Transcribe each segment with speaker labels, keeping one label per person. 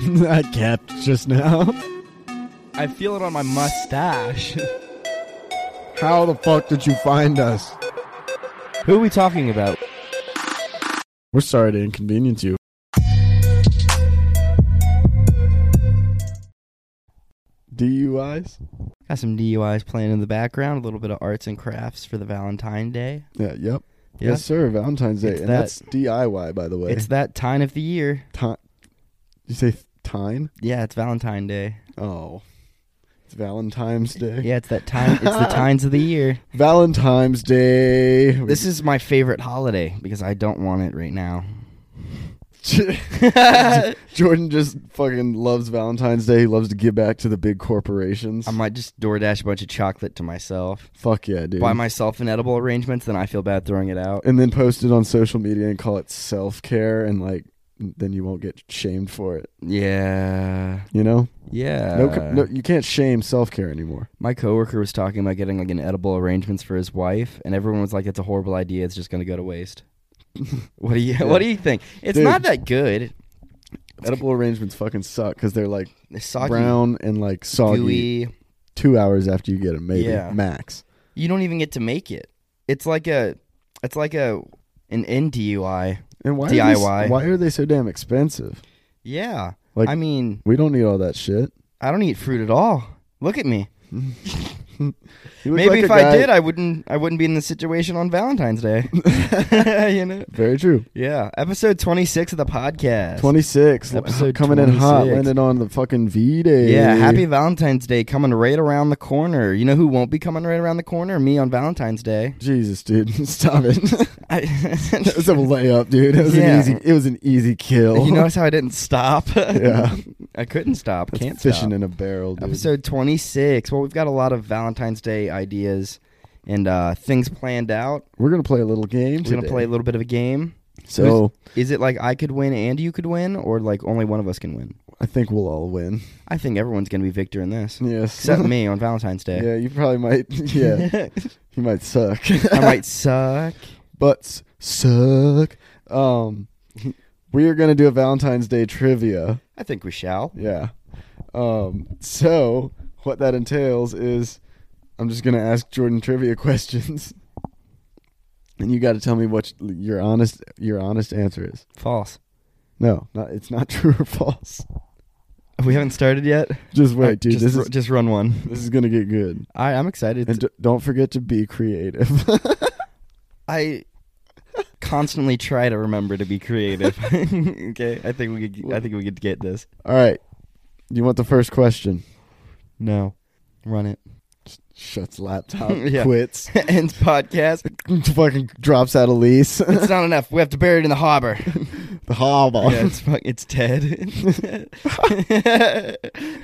Speaker 1: that kept just now.
Speaker 2: I feel it on my mustache.
Speaker 1: How the fuck did you find us?
Speaker 2: Who are we talking about?
Speaker 1: We're sorry to inconvenience you. DUIs?
Speaker 2: Got some DUIs playing in the background, a little bit of arts and crafts for the Valentine Day.
Speaker 1: Yeah, yep.
Speaker 2: Yeah.
Speaker 1: Yes, sir. Valentine's Day.
Speaker 2: It's
Speaker 1: and
Speaker 2: that-
Speaker 1: that's DIY, by the way.
Speaker 2: It's that time of the year.
Speaker 1: Ti- you say th- time?
Speaker 2: Yeah, it's Valentine Day.
Speaker 1: Oh. It's Valentine's Day.
Speaker 2: Yeah, it's that time. It's the times of the year.
Speaker 1: Valentine's Day.
Speaker 2: This is my favorite holiday because I don't want it right now.
Speaker 1: Jordan just fucking loves Valentine's Day. He loves to give back to the big corporations.
Speaker 2: I might just DoorDash a bunch of chocolate to myself,
Speaker 1: Fuck yeah, dude.
Speaker 2: buy myself an edible arrangements, then I feel bad throwing it out.
Speaker 1: and then post it on social media and call it self care, and like, then you won't get shamed for it.
Speaker 2: Yeah,
Speaker 1: You know,
Speaker 2: yeah.
Speaker 1: no, co- no, you can't shame self care anymore.
Speaker 2: My coworker was talking about getting like an edible arrangements for his wife, and everyone was like, "It's a horrible idea. It's just going to go to waste." what do you What do you think? It's
Speaker 1: Dude.
Speaker 2: not that good.
Speaker 1: Edible arrangements fucking suck because they're like
Speaker 2: It's soggy,
Speaker 1: brown and like soggy.
Speaker 2: gooey.
Speaker 1: Two hours after you get them, maybe
Speaker 2: Yeah.
Speaker 1: max.
Speaker 2: You don't even get to make it. It's like a, it's like a, an NDUI.
Speaker 1: And why Are they,
Speaker 2: DIY.
Speaker 1: s- why are they so damn expensive?
Speaker 2: Yeah.
Speaker 1: Like-
Speaker 2: I mean,
Speaker 1: We don't need all that shit.
Speaker 2: I don't eat fruit at all. Look at me.
Speaker 1: You look
Speaker 2: Maybe
Speaker 1: like a
Speaker 2: if I
Speaker 1: guy-
Speaker 2: did, I wouldn't. I wouldn't be in this situation on Valentine's Day. you know.
Speaker 1: very true.
Speaker 2: Yeah. Episode twenty six of the podcast.
Speaker 1: 26
Speaker 2: Episode
Speaker 1: coming in hot
Speaker 2: 26.
Speaker 1: landed on the fucking v day
Speaker 2: Yeah, happy Valentine's Day coming right around the corner. You know who won't be coming right around the corner? Me on Valentine's Day.
Speaker 1: jesus dude stop it
Speaker 2: I,
Speaker 1: that was a layup dude it was
Speaker 2: Yeah.
Speaker 1: an easy it was an easy kill
Speaker 2: you notice how I didn't stop?
Speaker 1: yeah
Speaker 2: I couldn't stop.
Speaker 1: That's
Speaker 2: Can't
Speaker 1: fishing
Speaker 2: stop.
Speaker 1: in a barrel dude.
Speaker 2: Episode 26. Well, we've got a lot of Valentine's Day ideas and uh, things planned out.
Speaker 1: we're gonna play a little game
Speaker 2: We're going
Speaker 1: today.
Speaker 2: to play a little bit of a game.
Speaker 1: so
Speaker 2: Is it like I could win and you could win, or like only one of us can win?
Speaker 1: i think we'll all win
Speaker 2: I think everyone's going to be victor in this,
Speaker 1: yes
Speaker 2: except me on Valentine's Day.
Speaker 1: yeah you probably might yeah you might suck
Speaker 2: I might suck.
Speaker 1: butts suck um we are gonna do a valentine's day trivia
Speaker 2: I think we shall.
Speaker 1: Yeah. Um, so what that entails is I'm just gonna ask Jordan trivia questions, and you got to tell me what your honest your honest answer is.
Speaker 2: False.
Speaker 1: No, not, it's not true or false.
Speaker 2: We haven't started yet.
Speaker 1: Just wait,
Speaker 2: Uh,
Speaker 1: dude.
Speaker 2: Just,
Speaker 1: this
Speaker 2: ru-
Speaker 1: is
Speaker 2: just run one.
Speaker 1: this is gonna get good.
Speaker 2: I, I'm excited.
Speaker 1: And d- don't forget to be creative.
Speaker 2: I constantly try to remember to be creative. okay, I think we could. I think we could get this.
Speaker 1: All right. You want the first question?
Speaker 2: No, run it.
Speaker 1: Shuts laptop.
Speaker 2: Yeah.
Speaker 1: Quits.
Speaker 2: Ends podcast.
Speaker 1: Fucking drops out of lease. the
Speaker 2: It's not enough. We have to bury it in the harbor.
Speaker 1: hobble.
Speaker 2: yeah, it's fuck, it's Ted.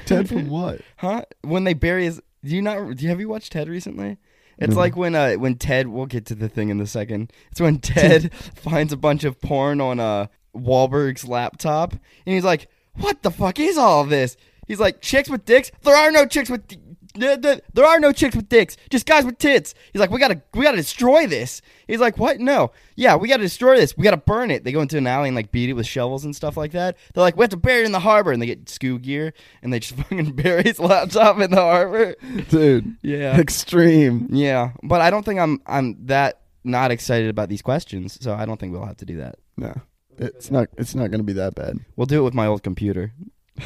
Speaker 1: Ted from what?
Speaker 2: Huh? When they bury his, do you not? Do you, have you watched Ted recently? It's
Speaker 1: No.
Speaker 2: like when uh when Ted. We'll get to the thing in a second. It's when Ted finds a bunch of porn on uh Wahlberg's laptop, and he's like, "What the fuck is all this?" He's like, "Chicks with dicks? There are no chicks with." d- d- d- There are no chicks with dicks, just guys with tits. He's like, we gotta, we gotta destroy this. He's like, what? No, yeah, we gotta destroy this. We gotta burn it. They go into an alley and like beat it with shovels and stuff like that. They're like, we have to bury it in the harbor, and they get scoo gear and they just fucking bury his laptop in the harbor.
Speaker 1: Dude.
Speaker 2: Yeah.
Speaker 1: Extreme.
Speaker 2: Yeah, but I don't think I'm I'm that not excited about these questions, so I don't think we'll have to do that.
Speaker 1: No, it's not. It's not going to be that bad.
Speaker 2: We'll do it with my old computer.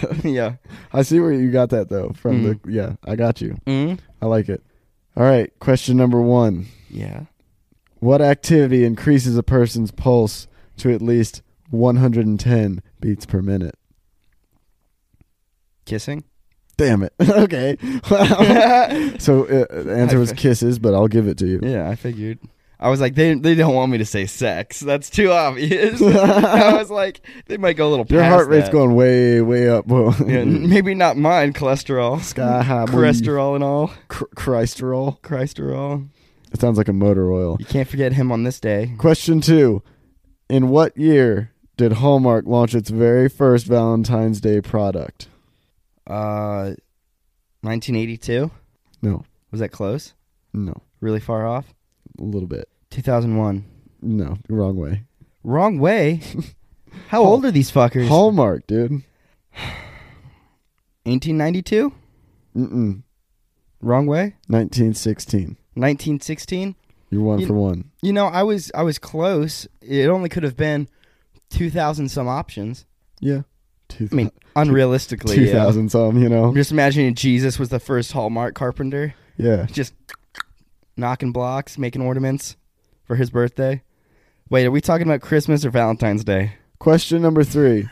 Speaker 2: yeah.
Speaker 1: I see where you got that though. From
Speaker 2: Mm.
Speaker 1: the yeah, I got you.
Speaker 2: Mm?
Speaker 1: I like it. All right, question number one:
Speaker 2: Yeah.
Speaker 1: What activity increases a person's pulse to at least 110 beats per minute?
Speaker 2: Kissing.
Speaker 1: Damn it. okay. Wow. so uh, the answer was kisses, but I'll give it to you.
Speaker 2: Yeah, I figured. I was like, they they don't want me to say sex. That's too obvious. I was like, they might go a little.
Speaker 1: Your
Speaker 2: past
Speaker 1: heart rate's
Speaker 2: that.
Speaker 1: going way, way up. Whoa.
Speaker 2: Yeah, maybe not mine. Cholesterol.
Speaker 1: Sky high. boy.
Speaker 2: Cholesterol and all.
Speaker 1: Cr- Christerol.
Speaker 2: Cholesterol.
Speaker 1: It sounds like a motor oil.
Speaker 2: You can't forget him on this day.
Speaker 1: Question two: In what year did Hallmark launch its very first Valentine's Day product?
Speaker 2: Uh, 1982.
Speaker 1: No,
Speaker 2: Was that close?
Speaker 1: no,
Speaker 2: Really far off.
Speaker 1: a little bit.
Speaker 2: 2001.
Speaker 1: No, wrong way.
Speaker 2: Wrong way. How
Speaker 1: Hall-
Speaker 2: old are these fuckers?
Speaker 1: Hallmark, dude.
Speaker 2: 1892?
Speaker 1: Mm-mm.
Speaker 2: Wrong way?
Speaker 1: 1916.
Speaker 2: 1916?
Speaker 1: You're one
Speaker 2: You-
Speaker 1: for one.
Speaker 2: You know, I was I was close. It only could have been 2000 some options.
Speaker 1: Yeah. Two,
Speaker 2: I mean, unrealistically. yeah.
Speaker 1: 2000 some, you know?
Speaker 2: I'm just imagining Jesus was the first Hallmark carpenter,
Speaker 1: Yeah.
Speaker 2: just knocking blocks, making ornaments for his birthday. Wait, are we talking about Christmas or Valentine's Day?
Speaker 1: Question number three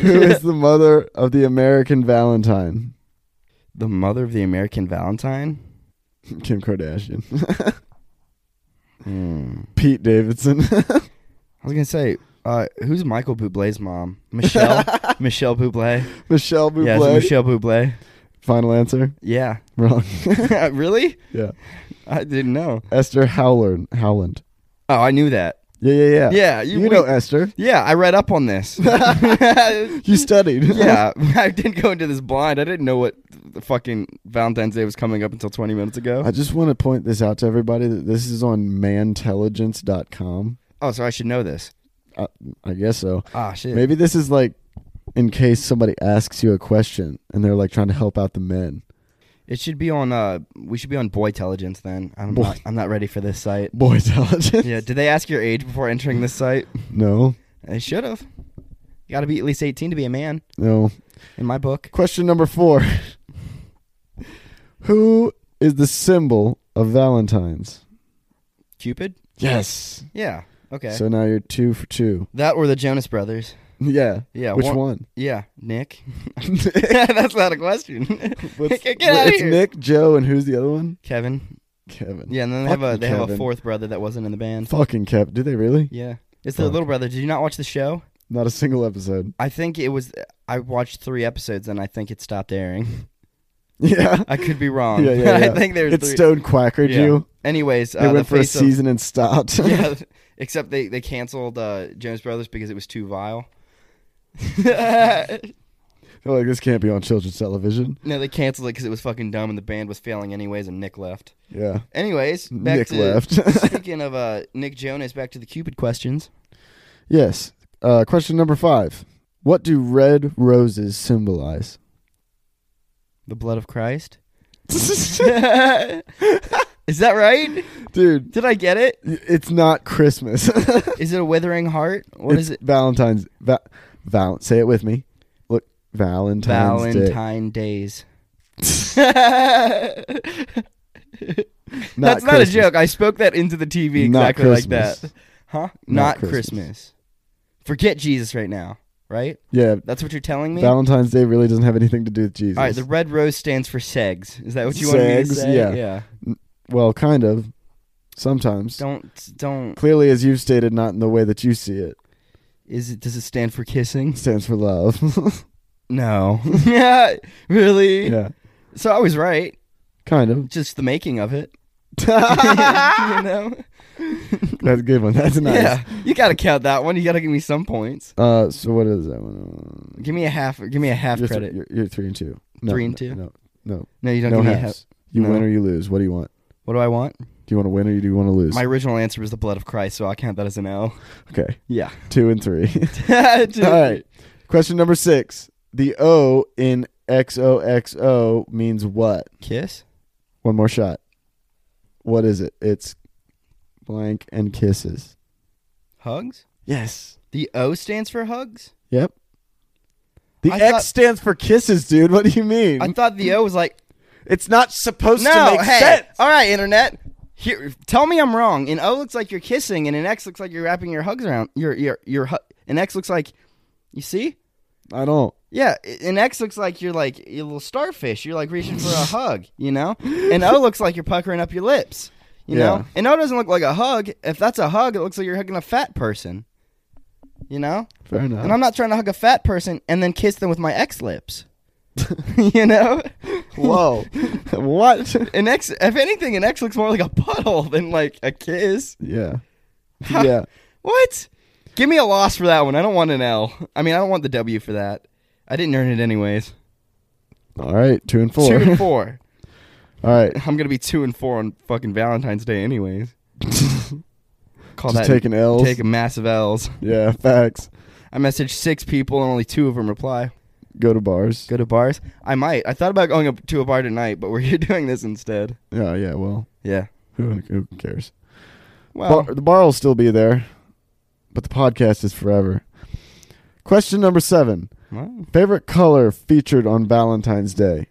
Speaker 1: Who is the mother of the American Valentine?
Speaker 2: The mother of the American Valentine?
Speaker 1: Kim Kardashian.
Speaker 2: Hmm.
Speaker 1: Pete Davidson.
Speaker 2: I was gonna say, uh, who's Michael Bublé's mom? Michelle. Michelle Bublé.
Speaker 1: Michelle Bublé.
Speaker 2: Yeah, it's Michelle Bublé.
Speaker 1: Final answer?
Speaker 2: Yeah.
Speaker 1: Wrong.
Speaker 2: really?
Speaker 1: yeah.
Speaker 2: I didn't know.
Speaker 1: Esther Howland. Howland.
Speaker 2: Oh, I knew that.
Speaker 1: Yeah, yeah, yeah.
Speaker 2: Yeah,
Speaker 1: You,
Speaker 2: you,
Speaker 1: know
Speaker 2: we-
Speaker 1: Esther.
Speaker 2: Yeah, I read up on this.
Speaker 1: You studied.
Speaker 2: yeah, I didn't go into this blind. I didn't know what the fucking Valentine's Day was coming up until 20 minutes ago.
Speaker 1: I just want to point this out to everybody that this is on mantelligence.com.
Speaker 2: Oh, so I should know this.
Speaker 1: I, I guess so.
Speaker 2: Ah, shit.
Speaker 1: Maybe this is like in case somebody asks you a question and they're like trying to help out the men.
Speaker 2: It should be on. Uh, we should be on Boy Intelligence then. I'm
Speaker 1: Boy-
Speaker 2: not. I'm not ready for this site.
Speaker 1: Boy intelligence.
Speaker 2: Yeah. Did they ask your age before entering this site?
Speaker 1: No.
Speaker 2: They should have. You got to be at least 18 to be a man
Speaker 1: No.
Speaker 2: in my book.
Speaker 1: Question number 4. Who is the symbol of Valentine's?
Speaker 2: Cupid.
Speaker 1: Yes.
Speaker 2: Yeah. Okay.
Speaker 1: So now you're 2 for 2.
Speaker 2: that or the Jonas Brothers.
Speaker 1: Yeah.
Speaker 2: Yeah.
Speaker 1: Which
Speaker 2: one-
Speaker 1: one?
Speaker 2: Yeah. Nick. That's not a question.
Speaker 1: What's-
Speaker 2: Get out of
Speaker 1: it's
Speaker 2: here.
Speaker 1: Nick, Joe, and who's the other one?
Speaker 2: Kevin.
Speaker 1: Kevin.
Speaker 2: Yeah, and then they have a
Speaker 1: Fucking
Speaker 2: they have a
Speaker 1: Kevin.
Speaker 2: fourth brother that wasn't in the band.
Speaker 1: Fucking Kevin. Do they really?
Speaker 2: Yeah. It's the
Speaker 1: Fuck.
Speaker 2: little brother. Did you not watch the show?
Speaker 1: Not a single episode.
Speaker 2: I think it was I watched three episodes and I think it stopped airing.
Speaker 1: Yeah.
Speaker 2: I could be wrong.
Speaker 1: Yeah, yeah, yeah.
Speaker 2: I think there's
Speaker 1: It
Speaker 2: three.
Speaker 1: stone quackered
Speaker 2: Yeah.
Speaker 1: you.
Speaker 2: Anyways,
Speaker 1: They
Speaker 2: uh, the
Speaker 1: went for a
Speaker 2: face of-
Speaker 1: season and stopped.
Speaker 2: yeah, except they they canceled uh, Jonas Brothers because it was too vile. no,
Speaker 1: They're like, this can't be on children's television.
Speaker 2: they canceled it because it was fucking dumb and the band was failing anyways, and Nick left.
Speaker 1: Yeah.
Speaker 2: Anyways, back
Speaker 1: Nick
Speaker 2: to
Speaker 1: left.
Speaker 2: speaking of uh, Nick Jonas, back to the Cupid questions.
Speaker 1: Yes. Uh, question number five. What do red roses symbolize?
Speaker 2: The blood of Christ. Is that right?
Speaker 1: Dude,
Speaker 2: Did I get it?
Speaker 1: y- it's not Christmas.
Speaker 2: Is it a withering heart? What is
Speaker 1: It's Valentine's. Va- val- say it with me. Look, Valentine's
Speaker 2: it?
Speaker 1: Day.
Speaker 2: Valentine days.
Speaker 1: Not
Speaker 2: That's not a
Speaker 1: Christmas.
Speaker 2: joke. I spoke that into the TV
Speaker 1: Not
Speaker 2: exactly like
Speaker 1: Christmas.
Speaker 2: that. Huh?
Speaker 1: Not
Speaker 2: Not,
Speaker 1: Christmas.
Speaker 2: Christmas. Forget Jesus right now, right?
Speaker 1: Yeah,
Speaker 2: That's what you're telling me?
Speaker 1: Valentine's Day really doesn't have anything to do with Jesus.
Speaker 2: All right, the red rose stands for segs. Is that what you want me to
Speaker 1: Segs,
Speaker 2: say?
Speaker 1: yeah. well, kind of. Sometimes.
Speaker 2: Don't don't
Speaker 1: Clearly, as you've stated, not in the way that you see it.
Speaker 2: is it does it stand for kissing?
Speaker 1: Stands for love.
Speaker 2: No. yeah. Really?
Speaker 1: yeah,
Speaker 2: So I was right.
Speaker 1: kind of.
Speaker 2: Just the making of it. you
Speaker 1: That's
Speaker 2: know?
Speaker 1: a good one. That's nice.
Speaker 2: Yeah. You gotta count that one. You gotta give me some points.
Speaker 1: Uh, so what is that one? Uh,
Speaker 2: Give me a half give me a half
Speaker 1: you're th-
Speaker 2: credit.
Speaker 1: you're, you're three and two. No,
Speaker 2: Three and
Speaker 1: no,
Speaker 2: two?
Speaker 1: No,
Speaker 2: no, you don't
Speaker 1: no
Speaker 2: give me a half.
Speaker 1: halves. You
Speaker 2: No.
Speaker 1: win or you lose. What do you want?
Speaker 2: What do I want?
Speaker 1: Do you want to win or do you want to lose?
Speaker 2: My original answer was the blood of Christ, so I count that as an L.
Speaker 1: okay,
Speaker 2: Yeah.
Speaker 1: two and three. All
Speaker 2: right.
Speaker 1: right. Question number six. The O in XOXO means what?
Speaker 2: Kiss?
Speaker 1: One more shot. What is it? It's blank and kisses.
Speaker 2: Hugs?
Speaker 1: Yes.
Speaker 2: The O stands for hugs?
Speaker 1: Yep. The
Speaker 2: I
Speaker 1: X
Speaker 2: thought-
Speaker 1: stands for kisses, dude. What do you mean?
Speaker 2: I thought the O was like
Speaker 1: it's not supposed Mm-hmm. to
Speaker 2: No,
Speaker 1: make
Speaker 2: hey. Oh.
Speaker 1: sense.
Speaker 2: All right, internet. Here, tell me I'm wrong. An O looks like you're kissing, and an X looks like you're wrapping your hugs around your your your. Hu- an X looks like, you see?
Speaker 1: I don't.
Speaker 2: Yeah, i- an X looks like you're like a little starfish. You're like reaching for a hug, you know. An O looks like you're puckering up your lips, you
Speaker 1: Yeah.
Speaker 2: know. An O doesn't look like a hug. If that's a hug, it looks like you're hugging a fat person, you know.
Speaker 1: Fair enough.
Speaker 2: And I'm not trying to hug a fat person and then kiss them with my X lips, you know.
Speaker 1: Whoa. what?
Speaker 2: An X, if anything, an X looks more like a puddle than like a kiss.
Speaker 1: Yeah. Yeah.
Speaker 2: What? Give me a loss for that one. I don't want an L. I mean, I don't want the W for that. I didn't earn it anyways.
Speaker 1: All right. Two and four.
Speaker 2: Two and four.
Speaker 1: All right.
Speaker 2: I'm gonna be two and four on fucking Valentine's Day anyways. Call
Speaker 1: Just
Speaker 2: that
Speaker 1: taking L's.
Speaker 2: take a massive L's.
Speaker 1: yeah. Facts.
Speaker 2: I messaged six people and only two of them reply.
Speaker 1: Go to bars.
Speaker 2: Go to bars. I might. I thought about going up to a bar tonight, but we're doing this instead.
Speaker 1: Oh yeah, well,
Speaker 2: Yeah.
Speaker 1: who, who cares?
Speaker 2: Well,
Speaker 1: Bar, the bar will still be there, but the podcast is forever. Question number seven:
Speaker 2: well,
Speaker 1: Favorite color featured on Valentine's Day?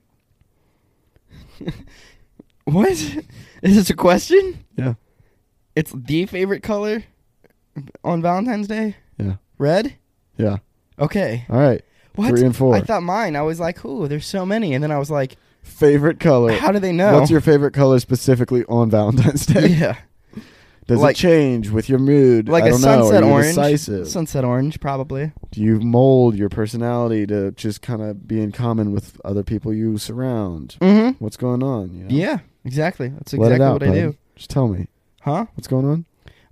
Speaker 2: what? Is this a question?
Speaker 1: Yeah,
Speaker 2: It's the favorite color on Valentine's Day?
Speaker 1: yeah,
Speaker 2: Red?
Speaker 1: yeah.
Speaker 2: Okay.
Speaker 1: All right,
Speaker 2: What?
Speaker 1: three and four.
Speaker 2: I thought mine. I was like, ooh, there's so many. And then I was like,
Speaker 1: favorite color.
Speaker 2: how do they know?
Speaker 1: What's your favorite color specifically on Valentine's Day?
Speaker 2: Yeah.
Speaker 1: Does
Speaker 2: Like-
Speaker 1: it change with your mood?
Speaker 2: Like
Speaker 1: I
Speaker 2: a
Speaker 1: don't know.
Speaker 2: sunset
Speaker 1: Are you
Speaker 2: orange.
Speaker 1: Decisive?
Speaker 2: Sunset orange, probably.
Speaker 1: Do you mold your personality to just kind of be in common with other people you surround?
Speaker 2: Mm-hmm.
Speaker 1: What's going on? you know?
Speaker 2: Yeah, exactly. That's
Speaker 1: Let
Speaker 2: exactly
Speaker 1: it out,
Speaker 2: what I
Speaker 1: bud.
Speaker 2: do.
Speaker 1: Just tell me
Speaker 2: Huh?
Speaker 1: what's going on.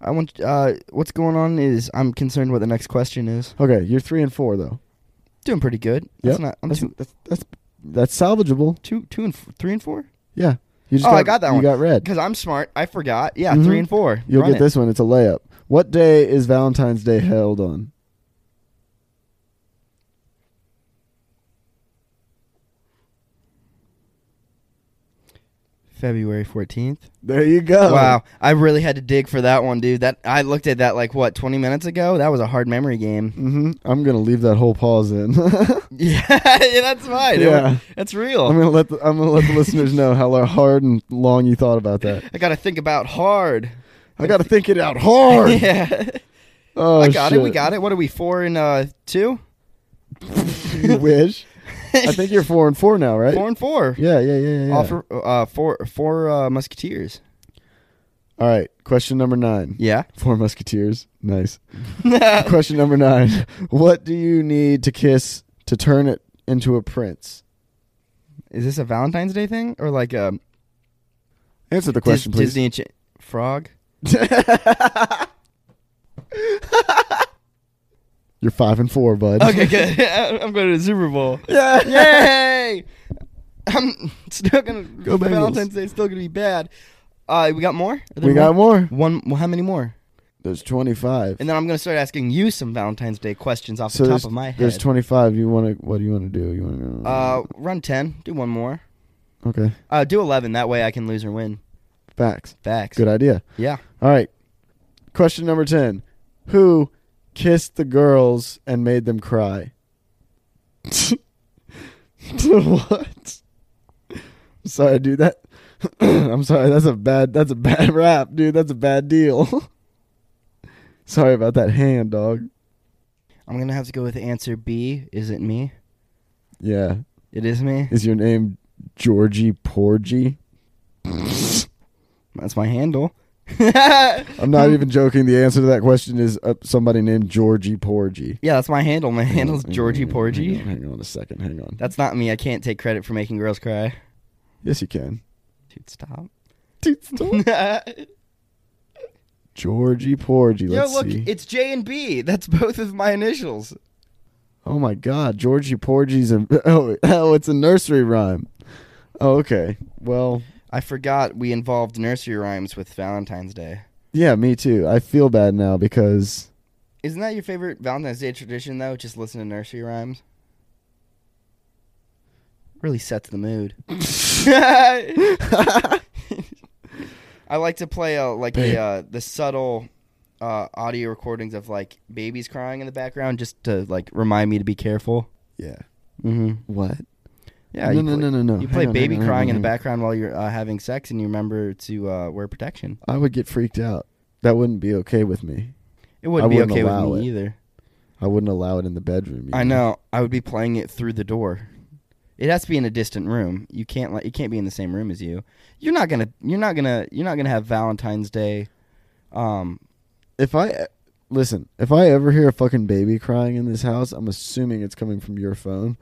Speaker 2: I want. Uh, what's going on is I'm concerned what the next question is.
Speaker 1: Okay, you're three and four though.
Speaker 2: Doing pretty good. That's
Speaker 1: Yep.
Speaker 2: not. I'm
Speaker 1: That's
Speaker 2: two,
Speaker 1: that's, that's that's salvageable.
Speaker 2: two, two, and f- three and four.
Speaker 1: Yeah, you just
Speaker 2: Oh,
Speaker 1: got,
Speaker 2: I got that
Speaker 1: you
Speaker 2: one.
Speaker 1: got red.
Speaker 2: Because I'm smart. I forgot. Yeah,
Speaker 1: Mhm.
Speaker 2: three and four.
Speaker 1: You'll
Speaker 2: Run
Speaker 1: get
Speaker 2: it.
Speaker 1: this one. It's a layup. What day is Valentine's Day held on?
Speaker 2: February fourteenth.
Speaker 1: There you go.
Speaker 2: Wow, I really had to dig for that one, dude. That I looked at that like what twenty minutes ago. That was a hard memory game.
Speaker 1: hmm I'm gonna leave that whole pause in.
Speaker 2: yeah, yeah, that's fine. It
Speaker 1: Yeah.
Speaker 2: was- that's real.
Speaker 1: I'm gonna let the, I'm gonna let the listeners know how lo- hard and long you thought about that.
Speaker 2: I got to think about hard.
Speaker 1: I got to think it out hard.
Speaker 2: yeah,
Speaker 1: Oh,
Speaker 2: I got it. We got it. What are we four and uh two?
Speaker 1: You wish. I think you're four and four now, right?
Speaker 2: four and four.
Speaker 1: Yeah, yeah, yeah, yeah. yeah.
Speaker 2: Offer uh, four four uh, musketeers.
Speaker 1: All right. Question number nine.
Speaker 2: Yeah.
Speaker 1: Four Musketeers. Nice. Question number nine. What do you need to kiss to turn it into a prince?
Speaker 2: Is this a Valentine's Day thing or like a
Speaker 1: Answer the question, please.
Speaker 2: Dis- Disney encha- frog?
Speaker 1: You're five and four, bud.
Speaker 2: Okay, good. I'm going to the Super Bowl.
Speaker 1: Yeah.
Speaker 2: Yay! I'm still gonna
Speaker 1: Go Bengals.
Speaker 2: Valentine's Day. Still gonna be bad. Uh, we got more. Are there
Speaker 1: We got
Speaker 2: more?
Speaker 1: more.
Speaker 2: one. Well, how many more?
Speaker 1: There's 25.
Speaker 2: And then I'm gonna start asking you some Valentine's Day questions off
Speaker 1: so
Speaker 2: the
Speaker 1: there's,
Speaker 2: top of my head.
Speaker 1: there's 25. You want to? What do you want to do? You want to?
Speaker 2: uh, run ten. Do one more.
Speaker 1: okay.
Speaker 2: Uh, do eleven. That way I can lose or win.
Speaker 1: Facts.
Speaker 2: Facts.
Speaker 1: Good idea.
Speaker 2: Yeah.
Speaker 1: All right. Question number 10. Who kissed the girls and made them cry? what? I'm sorry, dude. That I'm sorry. That's a bad that's a bad rap, dude. That's a bad deal. sorry about that hand, dog.
Speaker 2: I'm gonna have to go with answer B. Is it me?
Speaker 1: Yeah.
Speaker 2: It is me.
Speaker 1: Is your name Georgie Porgy?
Speaker 2: That's my handle.
Speaker 1: I'm not even joking. The answer to that question is uh, somebody named Georgie Porgy.
Speaker 2: Yeah, that's my handle. My handle's
Speaker 1: Hang on,
Speaker 2: Georgie
Speaker 1: hang on, Hang on,
Speaker 2: Porgy.
Speaker 1: hang on a second. Hang on.
Speaker 2: That's not me. I can't take credit for making girls cry.
Speaker 1: Yes, you can.
Speaker 2: Dude, stop.
Speaker 1: Dude, stop. Georgie Porgy.
Speaker 2: Yo,
Speaker 1: Let's
Speaker 2: look,
Speaker 1: see.
Speaker 2: it's J and B. That's both of my initials.
Speaker 1: oh my God, Georgie Porgy's a oh, oh, it's a nursery rhyme. Oh, okay. Well,
Speaker 2: I forgot we involved nursery rhymes with Valentine's Day.
Speaker 1: yeah, me too. I feel bad now because
Speaker 2: Isn't that your favorite Valentine's Day tradition, though? Just listen to nursery rhymes? Really sets the mood. I like to play uh, like the
Speaker 1: Babe.
Speaker 2: uh, the subtle uh, audio recordings of like babies crying in the background, just to like remind me to be careful.
Speaker 1: yeah.
Speaker 2: Mm-hmm.
Speaker 1: What?
Speaker 2: Yeah,
Speaker 1: no,
Speaker 2: you
Speaker 1: no,
Speaker 2: play,
Speaker 1: no, no, no.
Speaker 2: You
Speaker 1: Hang
Speaker 2: play
Speaker 1: on,
Speaker 2: baby
Speaker 1: hang on,
Speaker 2: crying
Speaker 1: hang
Speaker 2: in
Speaker 1: on.
Speaker 2: the background while you're uh, having sex, and you remember to uh, wear protection.
Speaker 1: I would get freaked out. That wouldn't be okay with me.
Speaker 2: It wouldn't
Speaker 1: I
Speaker 2: be
Speaker 1: wouldn't
Speaker 2: okay with
Speaker 1: allow
Speaker 2: me
Speaker 1: it.
Speaker 2: either.
Speaker 1: I wouldn't allow it in the bedroom. you
Speaker 2: I know. I would be playing it through the door. It has to be in a distant room. You can't like it can't be in the same room as you. You're not gonna. You're not gonna. You're not gonna have Valentine's Day. Um.
Speaker 1: If I listen, if I ever hear a fucking baby crying in this house, I'm assuming it's coming from your phone,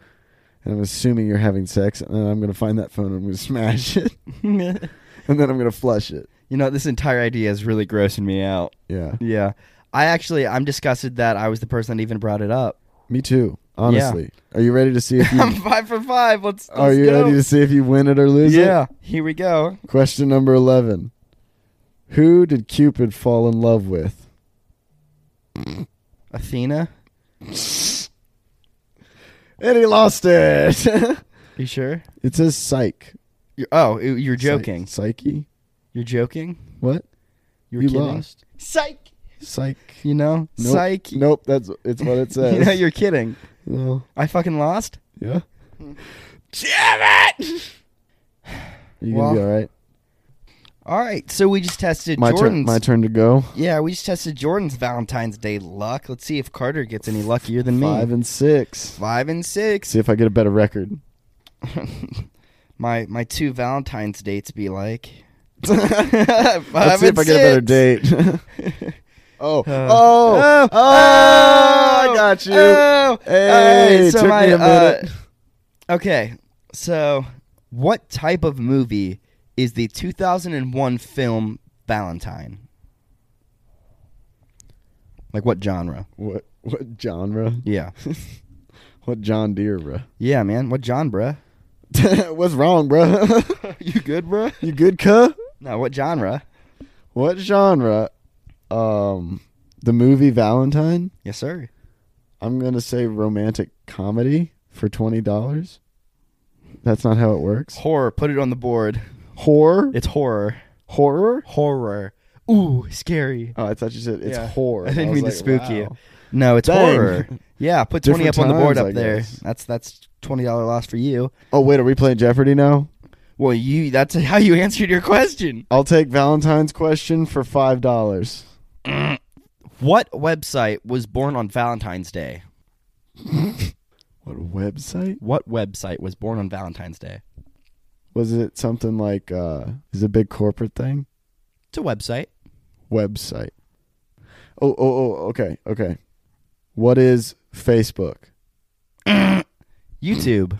Speaker 1: and I'm assuming you're having sex, and I'm gonna find that phone and I'm gonna smash it.
Speaker 2: you
Speaker 1: and then I'm gonna flush it.
Speaker 2: know, this entire idea is really grossing me out.
Speaker 1: Yeah,
Speaker 2: Yeah. I actually, I'm disgusted that I was the person that even brought it up.
Speaker 1: me too. Honestly, are you ready to see if
Speaker 2: I'm
Speaker 1: you
Speaker 2: five for five. Let's. let's
Speaker 1: Hmm. are you
Speaker 2: go.
Speaker 1: ready to see if you win it or lose
Speaker 2: yeah. Here we go.
Speaker 1: it? Question number eleven: Who did Cupid fall in love with?
Speaker 2: Athena.
Speaker 1: and he lost it.
Speaker 2: You sure?
Speaker 1: it says psych.
Speaker 2: You're, oh, you- you're
Speaker 1: Psy-
Speaker 2: joking.
Speaker 1: Psyche.
Speaker 2: You're joking.
Speaker 1: What?
Speaker 2: You're
Speaker 1: You
Speaker 2: kidding.
Speaker 1: lost.
Speaker 2: Psych.
Speaker 1: Psych.
Speaker 2: You know.
Speaker 1: Nope.
Speaker 2: Psych.
Speaker 1: Nope. That's it's what it says.
Speaker 2: you know you're kidding.
Speaker 1: No.
Speaker 2: I fucking lost.
Speaker 1: Yeah.
Speaker 2: Hmm. Damn it!
Speaker 1: You gonna be
Speaker 2: Well,
Speaker 1: all right?
Speaker 2: All right, so we just tested
Speaker 1: My turn.
Speaker 2: Jordan's.
Speaker 1: My turn to go.
Speaker 2: yeah, we just tested Jordan's Valentine's Day luck. Let's see if Carter gets any luckier than me.
Speaker 1: Five and six.
Speaker 2: Five and six.
Speaker 1: See if I get a better record.
Speaker 2: my my two Valentine's dates be like.
Speaker 1: Let's see if I get a better date. oh. oh.
Speaker 2: Oh.
Speaker 1: Oh. I
Speaker 2: Oh.
Speaker 1: got you.
Speaker 2: Oh,
Speaker 1: Hey,
Speaker 2: Alright, so
Speaker 1: took
Speaker 2: my,
Speaker 1: me a minute.
Speaker 2: uh, okay, so what type of movie is the 2001 film Valentine? Like what genre?
Speaker 1: what what genre?
Speaker 2: Yeah,
Speaker 1: What John Deere, bruh?
Speaker 2: yeah, man. What genre?
Speaker 1: What's wrong, bruh?
Speaker 2: you good, bro?
Speaker 1: you good, cuh?
Speaker 2: No, what genre?
Speaker 1: What genre? Um, the movie Valentine.
Speaker 2: Yes, sir.
Speaker 1: I'm gonna say romantic comedy for twenty dollars. That's not how it works.
Speaker 2: Horror. Put it on the board.
Speaker 1: Horror.
Speaker 2: It's horror.
Speaker 1: horror.
Speaker 2: Horror. Ooh, scary.
Speaker 1: Oh, I thought you said it's
Speaker 2: Yeah.
Speaker 1: horror.
Speaker 2: I didn't
Speaker 1: was
Speaker 2: mean to
Speaker 1: like,
Speaker 2: spook
Speaker 1: wow.
Speaker 2: you. No, it's
Speaker 1: Dang.
Speaker 2: horror. Yeah, put twenty
Speaker 1: Different
Speaker 2: up on the board
Speaker 1: times,
Speaker 2: up
Speaker 1: I
Speaker 2: there.
Speaker 1: guess.
Speaker 2: That's that's twenty dollar loss for you.
Speaker 1: Oh wait, are we playing Jeopardy now?
Speaker 2: Well, you that's how you answered your question.
Speaker 1: I'll take Valentine's question for five dollars.
Speaker 2: What website was born on Valentine's Day?
Speaker 1: What website
Speaker 2: What website was born on Valentine's Day?
Speaker 1: was it? Something like uh, is it a big corporate thing?
Speaker 2: It's a website.
Speaker 1: Website. Oh oh oh. Okay okay. What is Facebook?
Speaker 2: YouTube.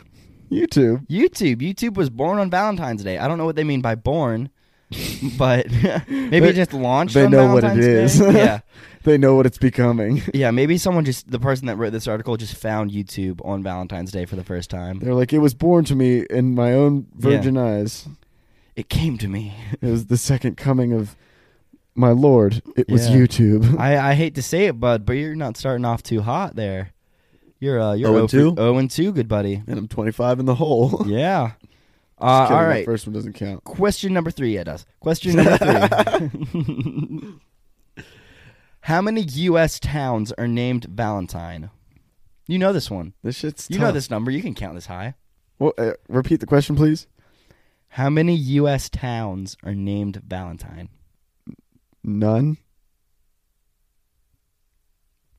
Speaker 1: YouTube.
Speaker 2: YouTube. YouTube was born on Valentine's Day. I don't know what they mean by born, but maybe it just launched
Speaker 1: they
Speaker 2: on
Speaker 1: know what it
Speaker 2: Valentine's Day?
Speaker 1: is.
Speaker 2: yeah.
Speaker 1: They know what it's becoming.
Speaker 2: Yeah, maybe someone just the person that wrote this article just found YouTube on Valentine's Day for the first time.
Speaker 1: They're like, it was born to me in my own virgin eyes.
Speaker 2: It came to me.
Speaker 1: It was the second coming of my Lord. It was
Speaker 2: Yeah.
Speaker 1: YouTube.
Speaker 2: I, I hate to say it, bud, but you're not starting off too hot there. You're uh you're
Speaker 1: Oh and two?
Speaker 2: Oh and two, good buddy.
Speaker 1: and I'm 25 in the hole.
Speaker 2: Yeah. Uh, all right.
Speaker 1: first one doesn't count.
Speaker 2: Question number three. Yeah, it does. Question number three. How many U.S. towns are named Valentine? You know this one.
Speaker 1: This shit's
Speaker 2: You
Speaker 1: tough.
Speaker 2: know this number. You can count this high.
Speaker 1: Well, uh, repeat the question, please.
Speaker 2: How many U.S. towns are named Valentine?
Speaker 1: None.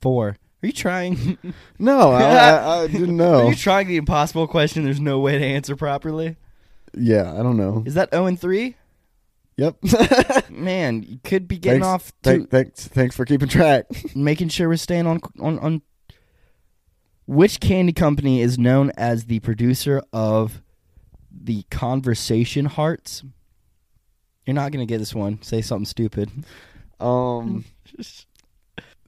Speaker 2: Four. Are you trying?
Speaker 1: No, I, I, I didn't
Speaker 2: Are
Speaker 1: know.
Speaker 2: you trying the impossible question? There's no way to answer properly.
Speaker 1: yeah, I don't know.
Speaker 2: Is that zero and three?
Speaker 1: Yep.
Speaker 2: Man, you could be getting
Speaker 1: Thanks.
Speaker 2: off to
Speaker 1: Thank, thanks, thanks for keeping track.
Speaker 2: making sure we're staying on on on. Which candy company is known as the producer of the Conversation Hearts? You're not gonna get this one. Say something stupid.
Speaker 1: Um,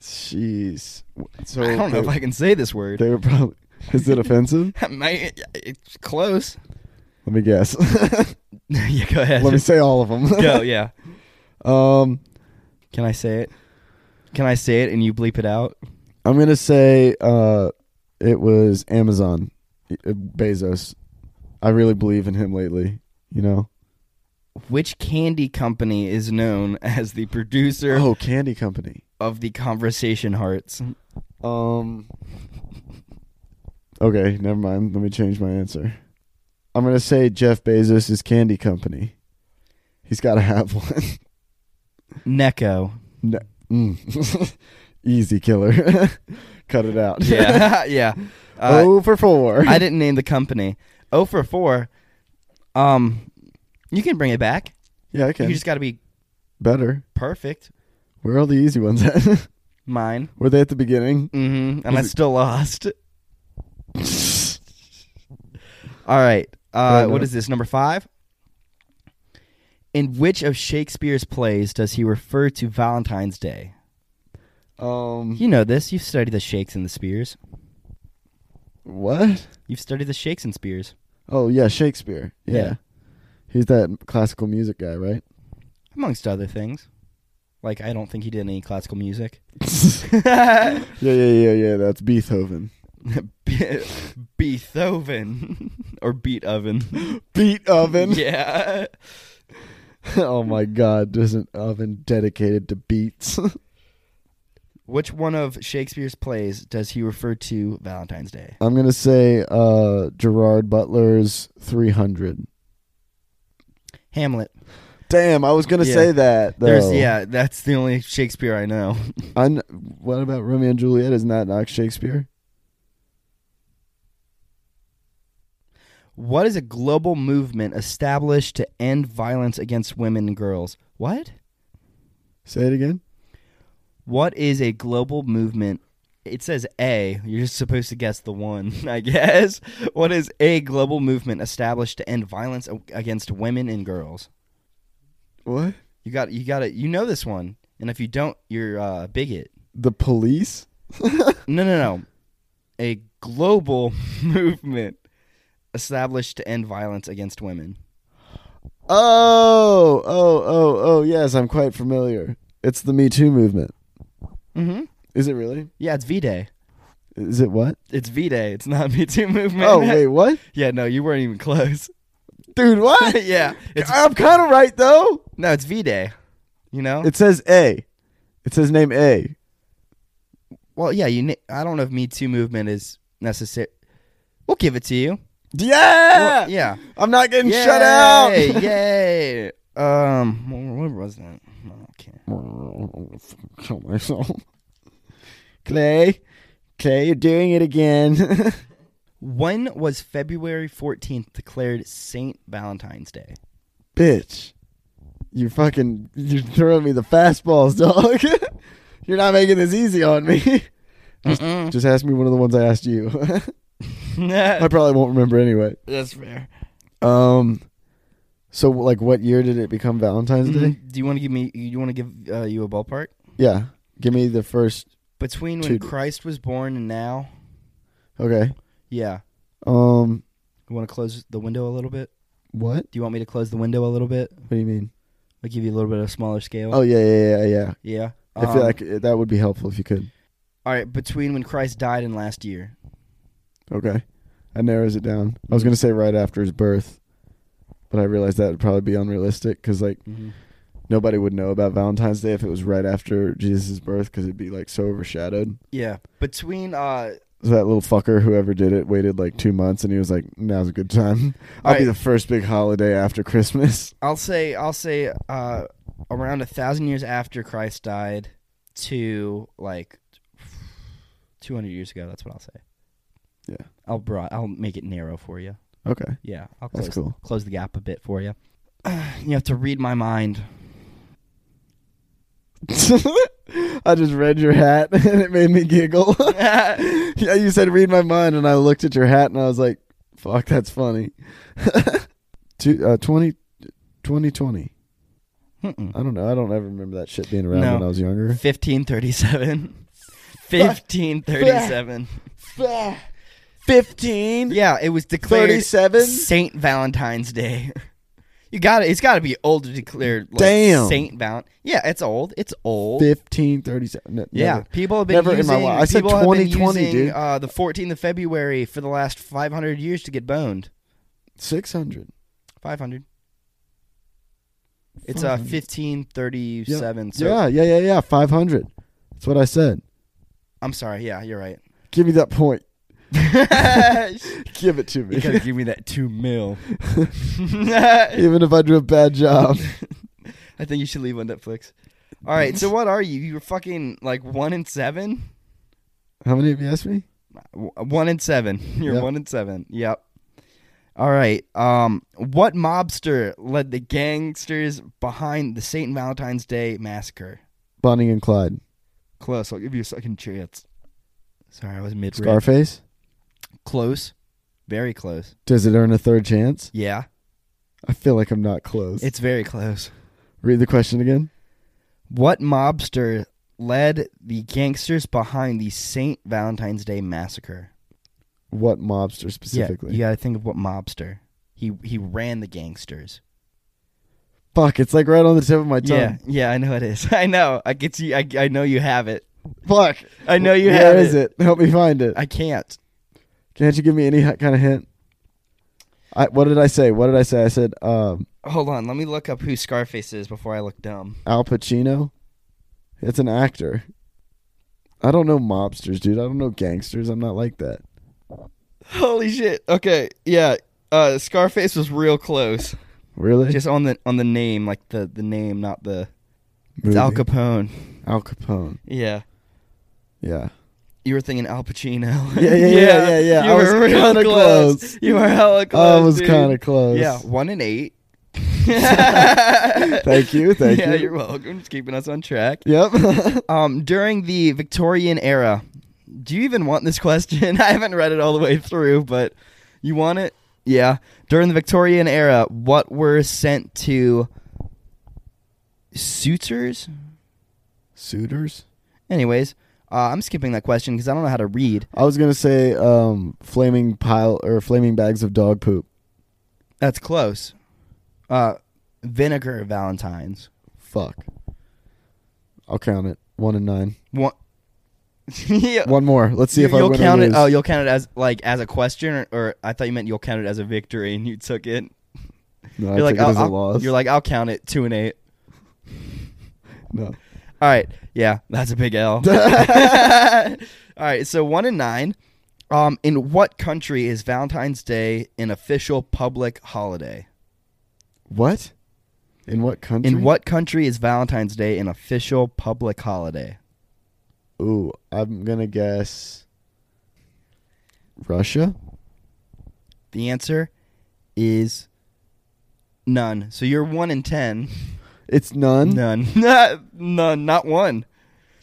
Speaker 1: jeez. So
Speaker 2: I don't know if
Speaker 1: they,
Speaker 2: I can say this word.
Speaker 1: they were probably. Is it offensive?
Speaker 2: Man, it's close.
Speaker 1: Let me guess.
Speaker 2: yeah, go ahead.
Speaker 1: Let me say all of
Speaker 2: go.
Speaker 1: them.
Speaker 2: Yeah.
Speaker 1: um,
Speaker 2: Can I say it? Can I say it and you bleep it out?
Speaker 1: I'm gonna say uh, it was Amazon, Uh, Bezos. I really believe in him lately. You know.
Speaker 2: Which candy company is known as the producer
Speaker 1: Oh, candy company.
Speaker 2: of the Conversation Hearts?
Speaker 1: Um. Okay, never mind. Let me change my answer. I'm gonna say Jeff Bezos is candy company. He's got to have one.
Speaker 2: Necco.
Speaker 1: No. Mm. Easy killer. Cut it out.
Speaker 2: Yeah, yeah. Uh,
Speaker 1: oh for four.
Speaker 2: I didn't name the company. Oh for four. Um, you can bring it back.
Speaker 1: yeah, I can.
Speaker 2: You just got to be
Speaker 1: Better.
Speaker 2: perfect.
Speaker 1: Where are all the easy ones at?
Speaker 2: Mine.
Speaker 1: Were they at the beginning?
Speaker 2: Mm-hmm. And I
Speaker 1: Is it-
Speaker 2: still lost. All right. Uh,
Speaker 1: Fair
Speaker 2: what
Speaker 1: enough.
Speaker 2: is this? Number five. In which of Shakespeare's plays does he refer to Valentine's Day?
Speaker 1: Um,
Speaker 2: You know this. You've studied the Shakes and the Spears.
Speaker 1: what?
Speaker 2: You've studied the Shakes and Spears.
Speaker 1: Oh yeah, Shakespeare. Yeah.
Speaker 2: Yeah.
Speaker 1: he's that classical music guy, right?
Speaker 2: amongst other things. Like I don't think he did any classical music.
Speaker 1: yeah, yeah, yeah, yeah. That's Beethoven.
Speaker 2: Yeah, Beethoven or beat oven.
Speaker 1: Beat oven.
Speaker 2: yeah.
Speaker 1: oh my god, there's an oven dedicated to beats.
Speaker 2: Which one of Shakespeare's plays does he refer to Valentine's Day?
Speaker 1: I'm gonna say uh Gerard Butler's 300.
Speaker 2: Hamlet.
Speaker 1: Damn, I was gonna
Speaker 2: Yeah.
Speaker 1: say that. Though.
Speaker 2: There's yeah, that's the only Shakespeare I know.
Speaker 1: I kn- what about Romeo and Juliet? Isn't that not Shakespeare?
Speaker 2: What is a global movement established to end violence against women and girls? What?
Speaker 1: Say it again.
Speaker 2: What is a global movement? It says A. You're just supposed to guess the one, I guess. What is a global movement established to end violence a- against women and girls?
Speaker 1: What?
Speaker 2: You got you got to you know this one. And if you don't, you're uh, a bigot.
Speaker 1: The police?
Speaker 2: No, no, no. A global movement established to end violence against women.
Speaker 1: Oh, oh, oh, oh, yes, I'm quite familiar. It's the Me Too movement.
Speaker 2: Mhm.
Speaker 1: Is it really?
Speaker 2: Yeah, it's V-Day.
Speaker 1: Is it what?
Speaker 2: It's V-Day. It's not Me Too movement.
Speaker 1: Oh, wait, what?
Speaker 2: Yeah, no, you weren't even close.
Speaker 1: Dude, what?
Speaker 2: yeah, it's
Speaker 1: I'm kind of right though.
Speaker 2: no, it's V Day. You know.
Speaker 1: It says A. It says name A.
Speaker 2: well, yeah, you. na- I don't know if Me Too movement is necessary. We'll give it to you.
Speaker 1: Yeah.
Speaker 2: Well, yeah.
Speaker 1: I'm not getting Uh. shut out.
Speaker 2: Yay, Yay. Um, what was that? I don't care.
Speaker 1: Kill myself. Clay, Clay, you're doing it again.
Speaker 2: When was February fourteenth declared Saint Valentine's Day?
Speaker 1: Bitch, you fucking, you're throwing me the fastballs, dog. you're not making this easy on me.
Speaker 2: Mm-mm.
Speaker 1: Just ask me one of the ones I asked you. I probably won't remember anyway.
Speaker 2: That's fair.
Speaker 1: Um, so like, what year did it become Valentine's Day?
Speaker 2: Mhm. Do you want to give me? You want to give uh, you a ballpark
Speaker 1: Yeah, give me the first.
Speaker 2: between
Speaker 1: Two-
Speaker 2: when Christ was born and now?
Speaker 1: Okay.
Speaker 2: Yeah.
Speaker 1: Um,
Speaker 2: You want to close the window a little bit?
Speaker 1: what?
Speaker 2: Do you want me to close the window a little bit?
Speaker 1: What do you mean?
Speaker 2: I'll give you a little bit of a smaller scale.
Speaker 1: Oh yeah, yeah, yeah, yeah.
Speaker 2: yeah.
Speaker 1: I feel
Speaker 2: Um,
Speaker 1: like it- that would be helpful if you could.
Speaker 2: all right. Between when Christ died and last year,
Speaker 1: Okay. That narrows it down. I was going to say right after his birth, but I realized that would probably be unrealistic because, like, nobody would know about Valentine's Day if it was right after Jesus' birth because it'd be, like, so overshadowed.
Speaker 2: yeah. Between uh,
Speaker 1: So that little fucker, whoever did it, waited, like, two months and he was like, now's a good time. I'll be
Speaker 2: Alright.
Speaker 1: the first big holiday after Christmas.
Speaker 2: I'll say I'll say uh, around a thousand years after Christ died to like two hundred years ago. That's what I'll say.
Speaker 1: Yeah.
Speaker 2: I'll broad. I'll make it narrow for you.
Speaker 1: Okay.
Speaker 2: Yeah. I'll
Speaker 1: That's
Speaker 2: close
Speaker 1: cool.
Speaker 2: close the gap a bit for you. You have to read my mind.
Speaker 1: I just read your hat and it made me giggle. yeah, you said read my mind, and I looked at your hat and I was like, "Fuck, that's funny." Two, uh, 20, 2020.
Speaker 2: Mm-mm.
Speaker 1: I don't know. I don't ever remember that shit being around
Speaker 2: No.
Speaker 1: when I was younger.
Speaker 2: 1537. 1537.
Speaker 1: Fifteen.
Speaker 2: Yeah, it was declared Saint Valentine's Day. You got to It's got to be old to declare like,
Speaker 1: Damn.
Speaker 2: Saint Valent. Yeah, it's old. It's old.
Speaker 1: Fifteen thirty-seven. No,
Speaker 2: Yeah,
Speaker 1: never.
Speaker 2: people have been
Speaker 1: Never in
Speaker 2: using.
Speaker 1: my life. I said
Speaker 2: people have been
Speaker 1: 2020,
Speaker 2: using,
Speaker 1: dude.
Speaker 2: Uh, the 14th of February for the last 500 years to get boned.
Speaker 1: six hundred.
Speaker 2: 500. It's uh 1537. So
Speaker 1: yeah, yeah, yeah, yeah. Five hundred. That's what I said.
Speaker 2: I'm sorry. Yeah, you're right.
Speaker 1: Give me that point.
Speaker 2: you
Speaker 1: Give it to me.
Speaker 2: gotta give me that two mil.
Speaker 1: Even if I do a bad job.
Speaker 2: I think you should leave on Netflix. All right, so what are you? You were fucking like one in seven.
Speaker 1: How many of you asked me?
Speaker 2: W- One in seven. You're
Speaker 1: Yep.
Speaker 2: one in seven. Yep. All right. Um, what mobster led the gangsters behind the Saint Valentine's Day massacre?
Speaker 1: Bonnie and Clyde.
Speaker 2: Close. I'll give you a second chance. Sorry, I was mid.
Speaker 1: Scarface.
Speaker 2: Close. Very close.
Speaker 1: Does it earn a third chance?
Speaker 2: Yeah,
Speaker 1: I feel like I'm not close.
Speaker 2: it's very close.
Speaker 1: Read the question again.
Speaker 2: What mobster led the gangsters behind the Saint Valentine's Day massacre?
Speaker 1: What mobster
Speaker 2: Yeah,
Speaker 1: specifically?
Speaker 2: you got to think of what mobster. He he ran the gangsters.
Speaker 1: Fuck, it's like right on the tip of my tongue.
Speaker 2: Yeah, yeah, I know it is. I know. I get you. I, I know you have it.
Speaker 1: Fuck.
Speaker 2: I know you
Speaker 1: Where
Speaker 2: have
Speaker 1: is it? Help me find it.
Speaker 2: I can't.
Speaker 1: Can't you give me any hi- kind of hint? I, what did I say? What did I say? I said um,
Speaker 2: Hold on, let me look up who Scarface is before I look dumb.
Speaker 1: Al Pacino. It's an actor. I don't know mobsters, dude. I don't know gangsters. I'm not like that.
Speaker 2: Holy shit. Okay, yeah. Uh, Scarface was real close.
Speaker 1: Really?
Speaker 2: Just on the on the name, like the the name, not the it's
Speaker 1: Movie.
Speaker 2: Al Capone.
Speaker 1: Al Capone.
Speaker 2: Yeah.
Speaker 1: Yeah.
Speaker 2: You were thinking Al Pacino.
Speaker 1: Yeah, yeah, yeah, yeah, yeah.
Speaker 2: You
Speaker 1: I
Speaker 2: were
Speaker 1: was
Speaker 2: real
Speaker 1: kinda close.
Speaker 2: You were hella close.
Speaker 1: I was
Speaker 2: dude.
Speaker 1: kind of close.
Speaker 2: Yeah, one and eight.
Speaker 1: Thank you, thank
Speaker 2: yeah,
Speaker 1: you.
Speaker 2: you're welcome. Just keeping us on track.
Speaker 1: Yep.
Speaker 2: Um, during the Victorian era, do you even want this question? I haven't read it all the way through, but you want it? Yeah. During the Victorian era, what were sent to suitors?
Speaker 1: Suitors.
Speaker 2: Anyways, uh, I'm skipping that question because I don't know how to read.
Speaker 1: I was gonna say um, flaming pile or flaming bags of dog poop.
Speaker 2: That's close. Uh, vinegar valentines.
Speaker 1: Fuck. I'll count it. One and nine.
Speaker 2: One. yeah.
Speaker 1: One more. Let's see if I
Speaker 2: you'll
Speaker 1: win
Speaker 2: count
Speaker 1: or
Speaker 2: it.
Speaker 1: lose.
Speaker 2: Oh, you'll count it as like as a question, or, or I thought you meant you'll count it as a victory, and you took it.
Speaker 1: no, I
Speaker 2: you're like,
Speaker 1: took it
Speaker 2: I'll,
Speaker 1: as a
Speaker 2: I'll-
Speaker 1: loss.
Speaker 2: you're like, I'll count it two and eight.
Speaker 1: no.
Speaker 2: All right, yeah, that's a big L. All right, so one and nine. Um, in what country is Valentine's Day an official public holiday?
Speaker 1: What? In what country?
Speaker 2: In what country is Valentine's Day an official public holiday?
Speaker 1: Ooh, I'm gonna guess. Russia.
Speaker 2: The answer is none. So you're one in ten.
Speaker 1: It's none.
Speaker 2: None. none. Not one.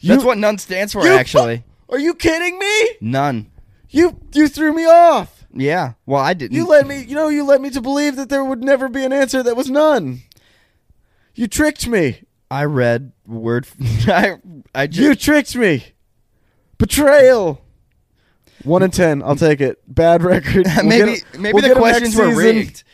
Speaker 2: That's
Speaker 1: You-
Speaker 2: what none stands for,
Speaker 1: you fu-
Speaker 2: actually.
Speaker 1: Are you kidding me?
Speaker 2: none.
Speaker 1: You you threw me off.
Speaker 2: Yeah. Well, I didn't.
Speaker 1: You led me. You know, you led me to believe that there would never be an answer that was none. You tricked me.
Speaker 2: I read word. f- I I
Speaker 1: You
Speaker 2: just
Speaker 1: tricked me. Betrayal. One in ten. I'll take it. Bad record. We'll
Speaker 2: maybe
Speaker 1: get 'em-
Speaker 2: maybe
Speaker 1: we'll
Speaker 2: the
Speaker 1: get 'em next
Speaker 2: questions were
Speaker 1: season.
Speaker 2: rigged.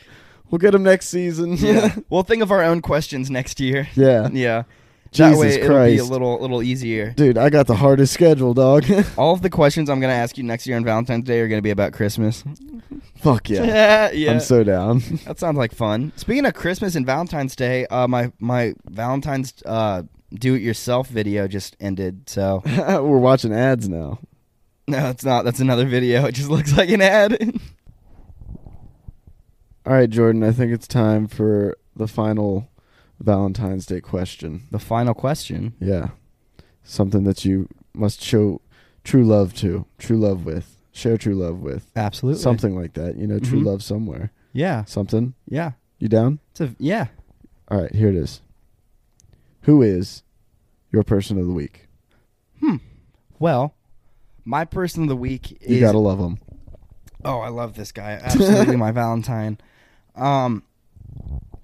Speaker 1: We'll get them next season.
Speaker 2: Yeah. we'll think of our own questions next year.
Speaker 1: yeah.
Speaker 2: Yeah. that
Speaker 1: Jesus
Speaker 2: way it'll be a
Speaker 1: Christ.
Speaker 2: little little easier.
Speaker 1: Dude, I got the hardest schedule, dog.
Speaker 2: All of the questions I'm gonna ask you next year on Valentine's Day are gonna be about Christmas.
Speaker 1: Fuck yeah.
Speaker 2: yeah.
Speaker 1: I'm so down.
Speaker 2: That sounds like fun. Speaking of Christmas and Valentine's Day, uh, my my Valentine's uh, do-it-yourself video just ended. So
Speaker 1: We're watching ads now.
Speaker 2: no, it's not. That's another video. It just looks like an ad.
Speaker 1: All right, Jordan, I think it's time for the final Valentine's Day question.
Speaker 2: the final question.
Speaker 1: Yeah. Something that you must show true love to, true love with, share true love with.
Speaker 2: Absolutely.
Speaker 1: Something like that. You know, true
Speaker 2: Mhm.
Speaker 1: love somewhere.
Speaker 2: Yeah.
Speaker 1: Something.
Speaker 2: Yeah.
Speaker 1: You down?
Speaker 2: It's a yeah.
Speaker 1: All right, here it is. Who is your person of the week?
Speaker 2: Well, my person of the week
Speaker 1: You
Speaker 2: is
Speaker 1: got to love them.
Speaker 2: Oh, I love this guy. Absolutely my Valentine. Um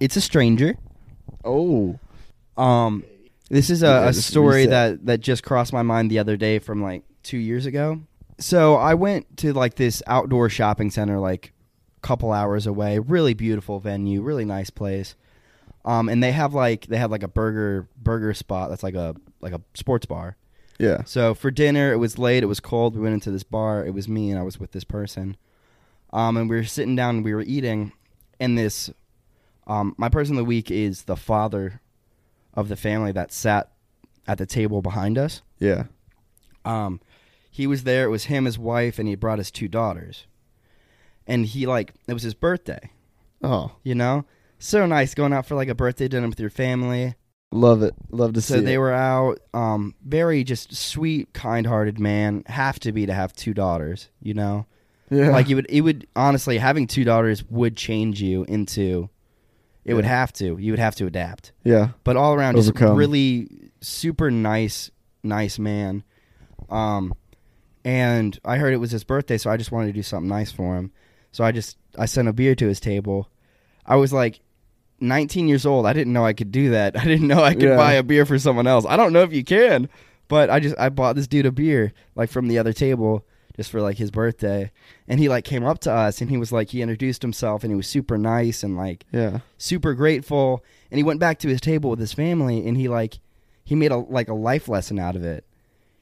Speaker 2: it's a stranger.
Speaker 1: Oh.
Speaker 2: Um this is
Speaker 1: Yeah,
Speaker 2: a, a
Speaker 1: this
Speaker 2: story
Speaker 1: reset.
Speaker 2: that that just crossed my mind the other day from like 2 years ago. So, I went to like this outdoor shopping center like a couple hours away. Really beautiful venue, really nice place. Um and they have like they have like a burger burger spot that's like a like a sports bar.
Speaker 1: Yeah.
Speaker 2: So for dinner, it was late, it was cold. We went into this bar. It was me, and I was with this person. Um, and we were sitting down, and we were eating, and this, um, my person of the week is the father of the family that sat at the table behind us.
Speaker 1: Yeah.
Speaker 2: Um, he was there. It was him, his wife, and he brought his two daughters. And he like it was his birthday,
Speaker 1: Oh,
Speaker 2: you know. So nice going out for like a birthday dinner with your family.
Speaker 1: love it. Love to
Speaker 2: So
Speaker 1: see
Speaker 2: they
Speaker 1: it.
Speaker 2: were out. Um, very just sweet, kind-hearted man. Have to be to have two daughters. You know,
Speaker 1: Yeah.
Speaker 2: like you would. It would honestly having two daughters would change you into. It would
Speaker 1: Yeah.
Speaker 2: have to. You would have to adapt.
Speaker 1: yeah.
Speaker 2: But all around, just
Speaker 1: Overcome.
Speaker 2: really super nice, nice man. Um, and I heard it was his birthday, so I just wanted to do something nice for him. So I just I sent a beer to his table. I was like 19 years old. I didn't know I could do that. I didn't know I could
Speaker 1: Yeah.
Speaker 2: buy a beer for someone else. I don't know if you can, but I just I bought this dude a beer like from the other table just for like his birthday. And he like came up to us and he was like he introduced himself and he was super nice and like
Speaker 1: Yeah.
Speaker 2: super grateful and he went back to his table with his family and he like he made a like a life lesson out of it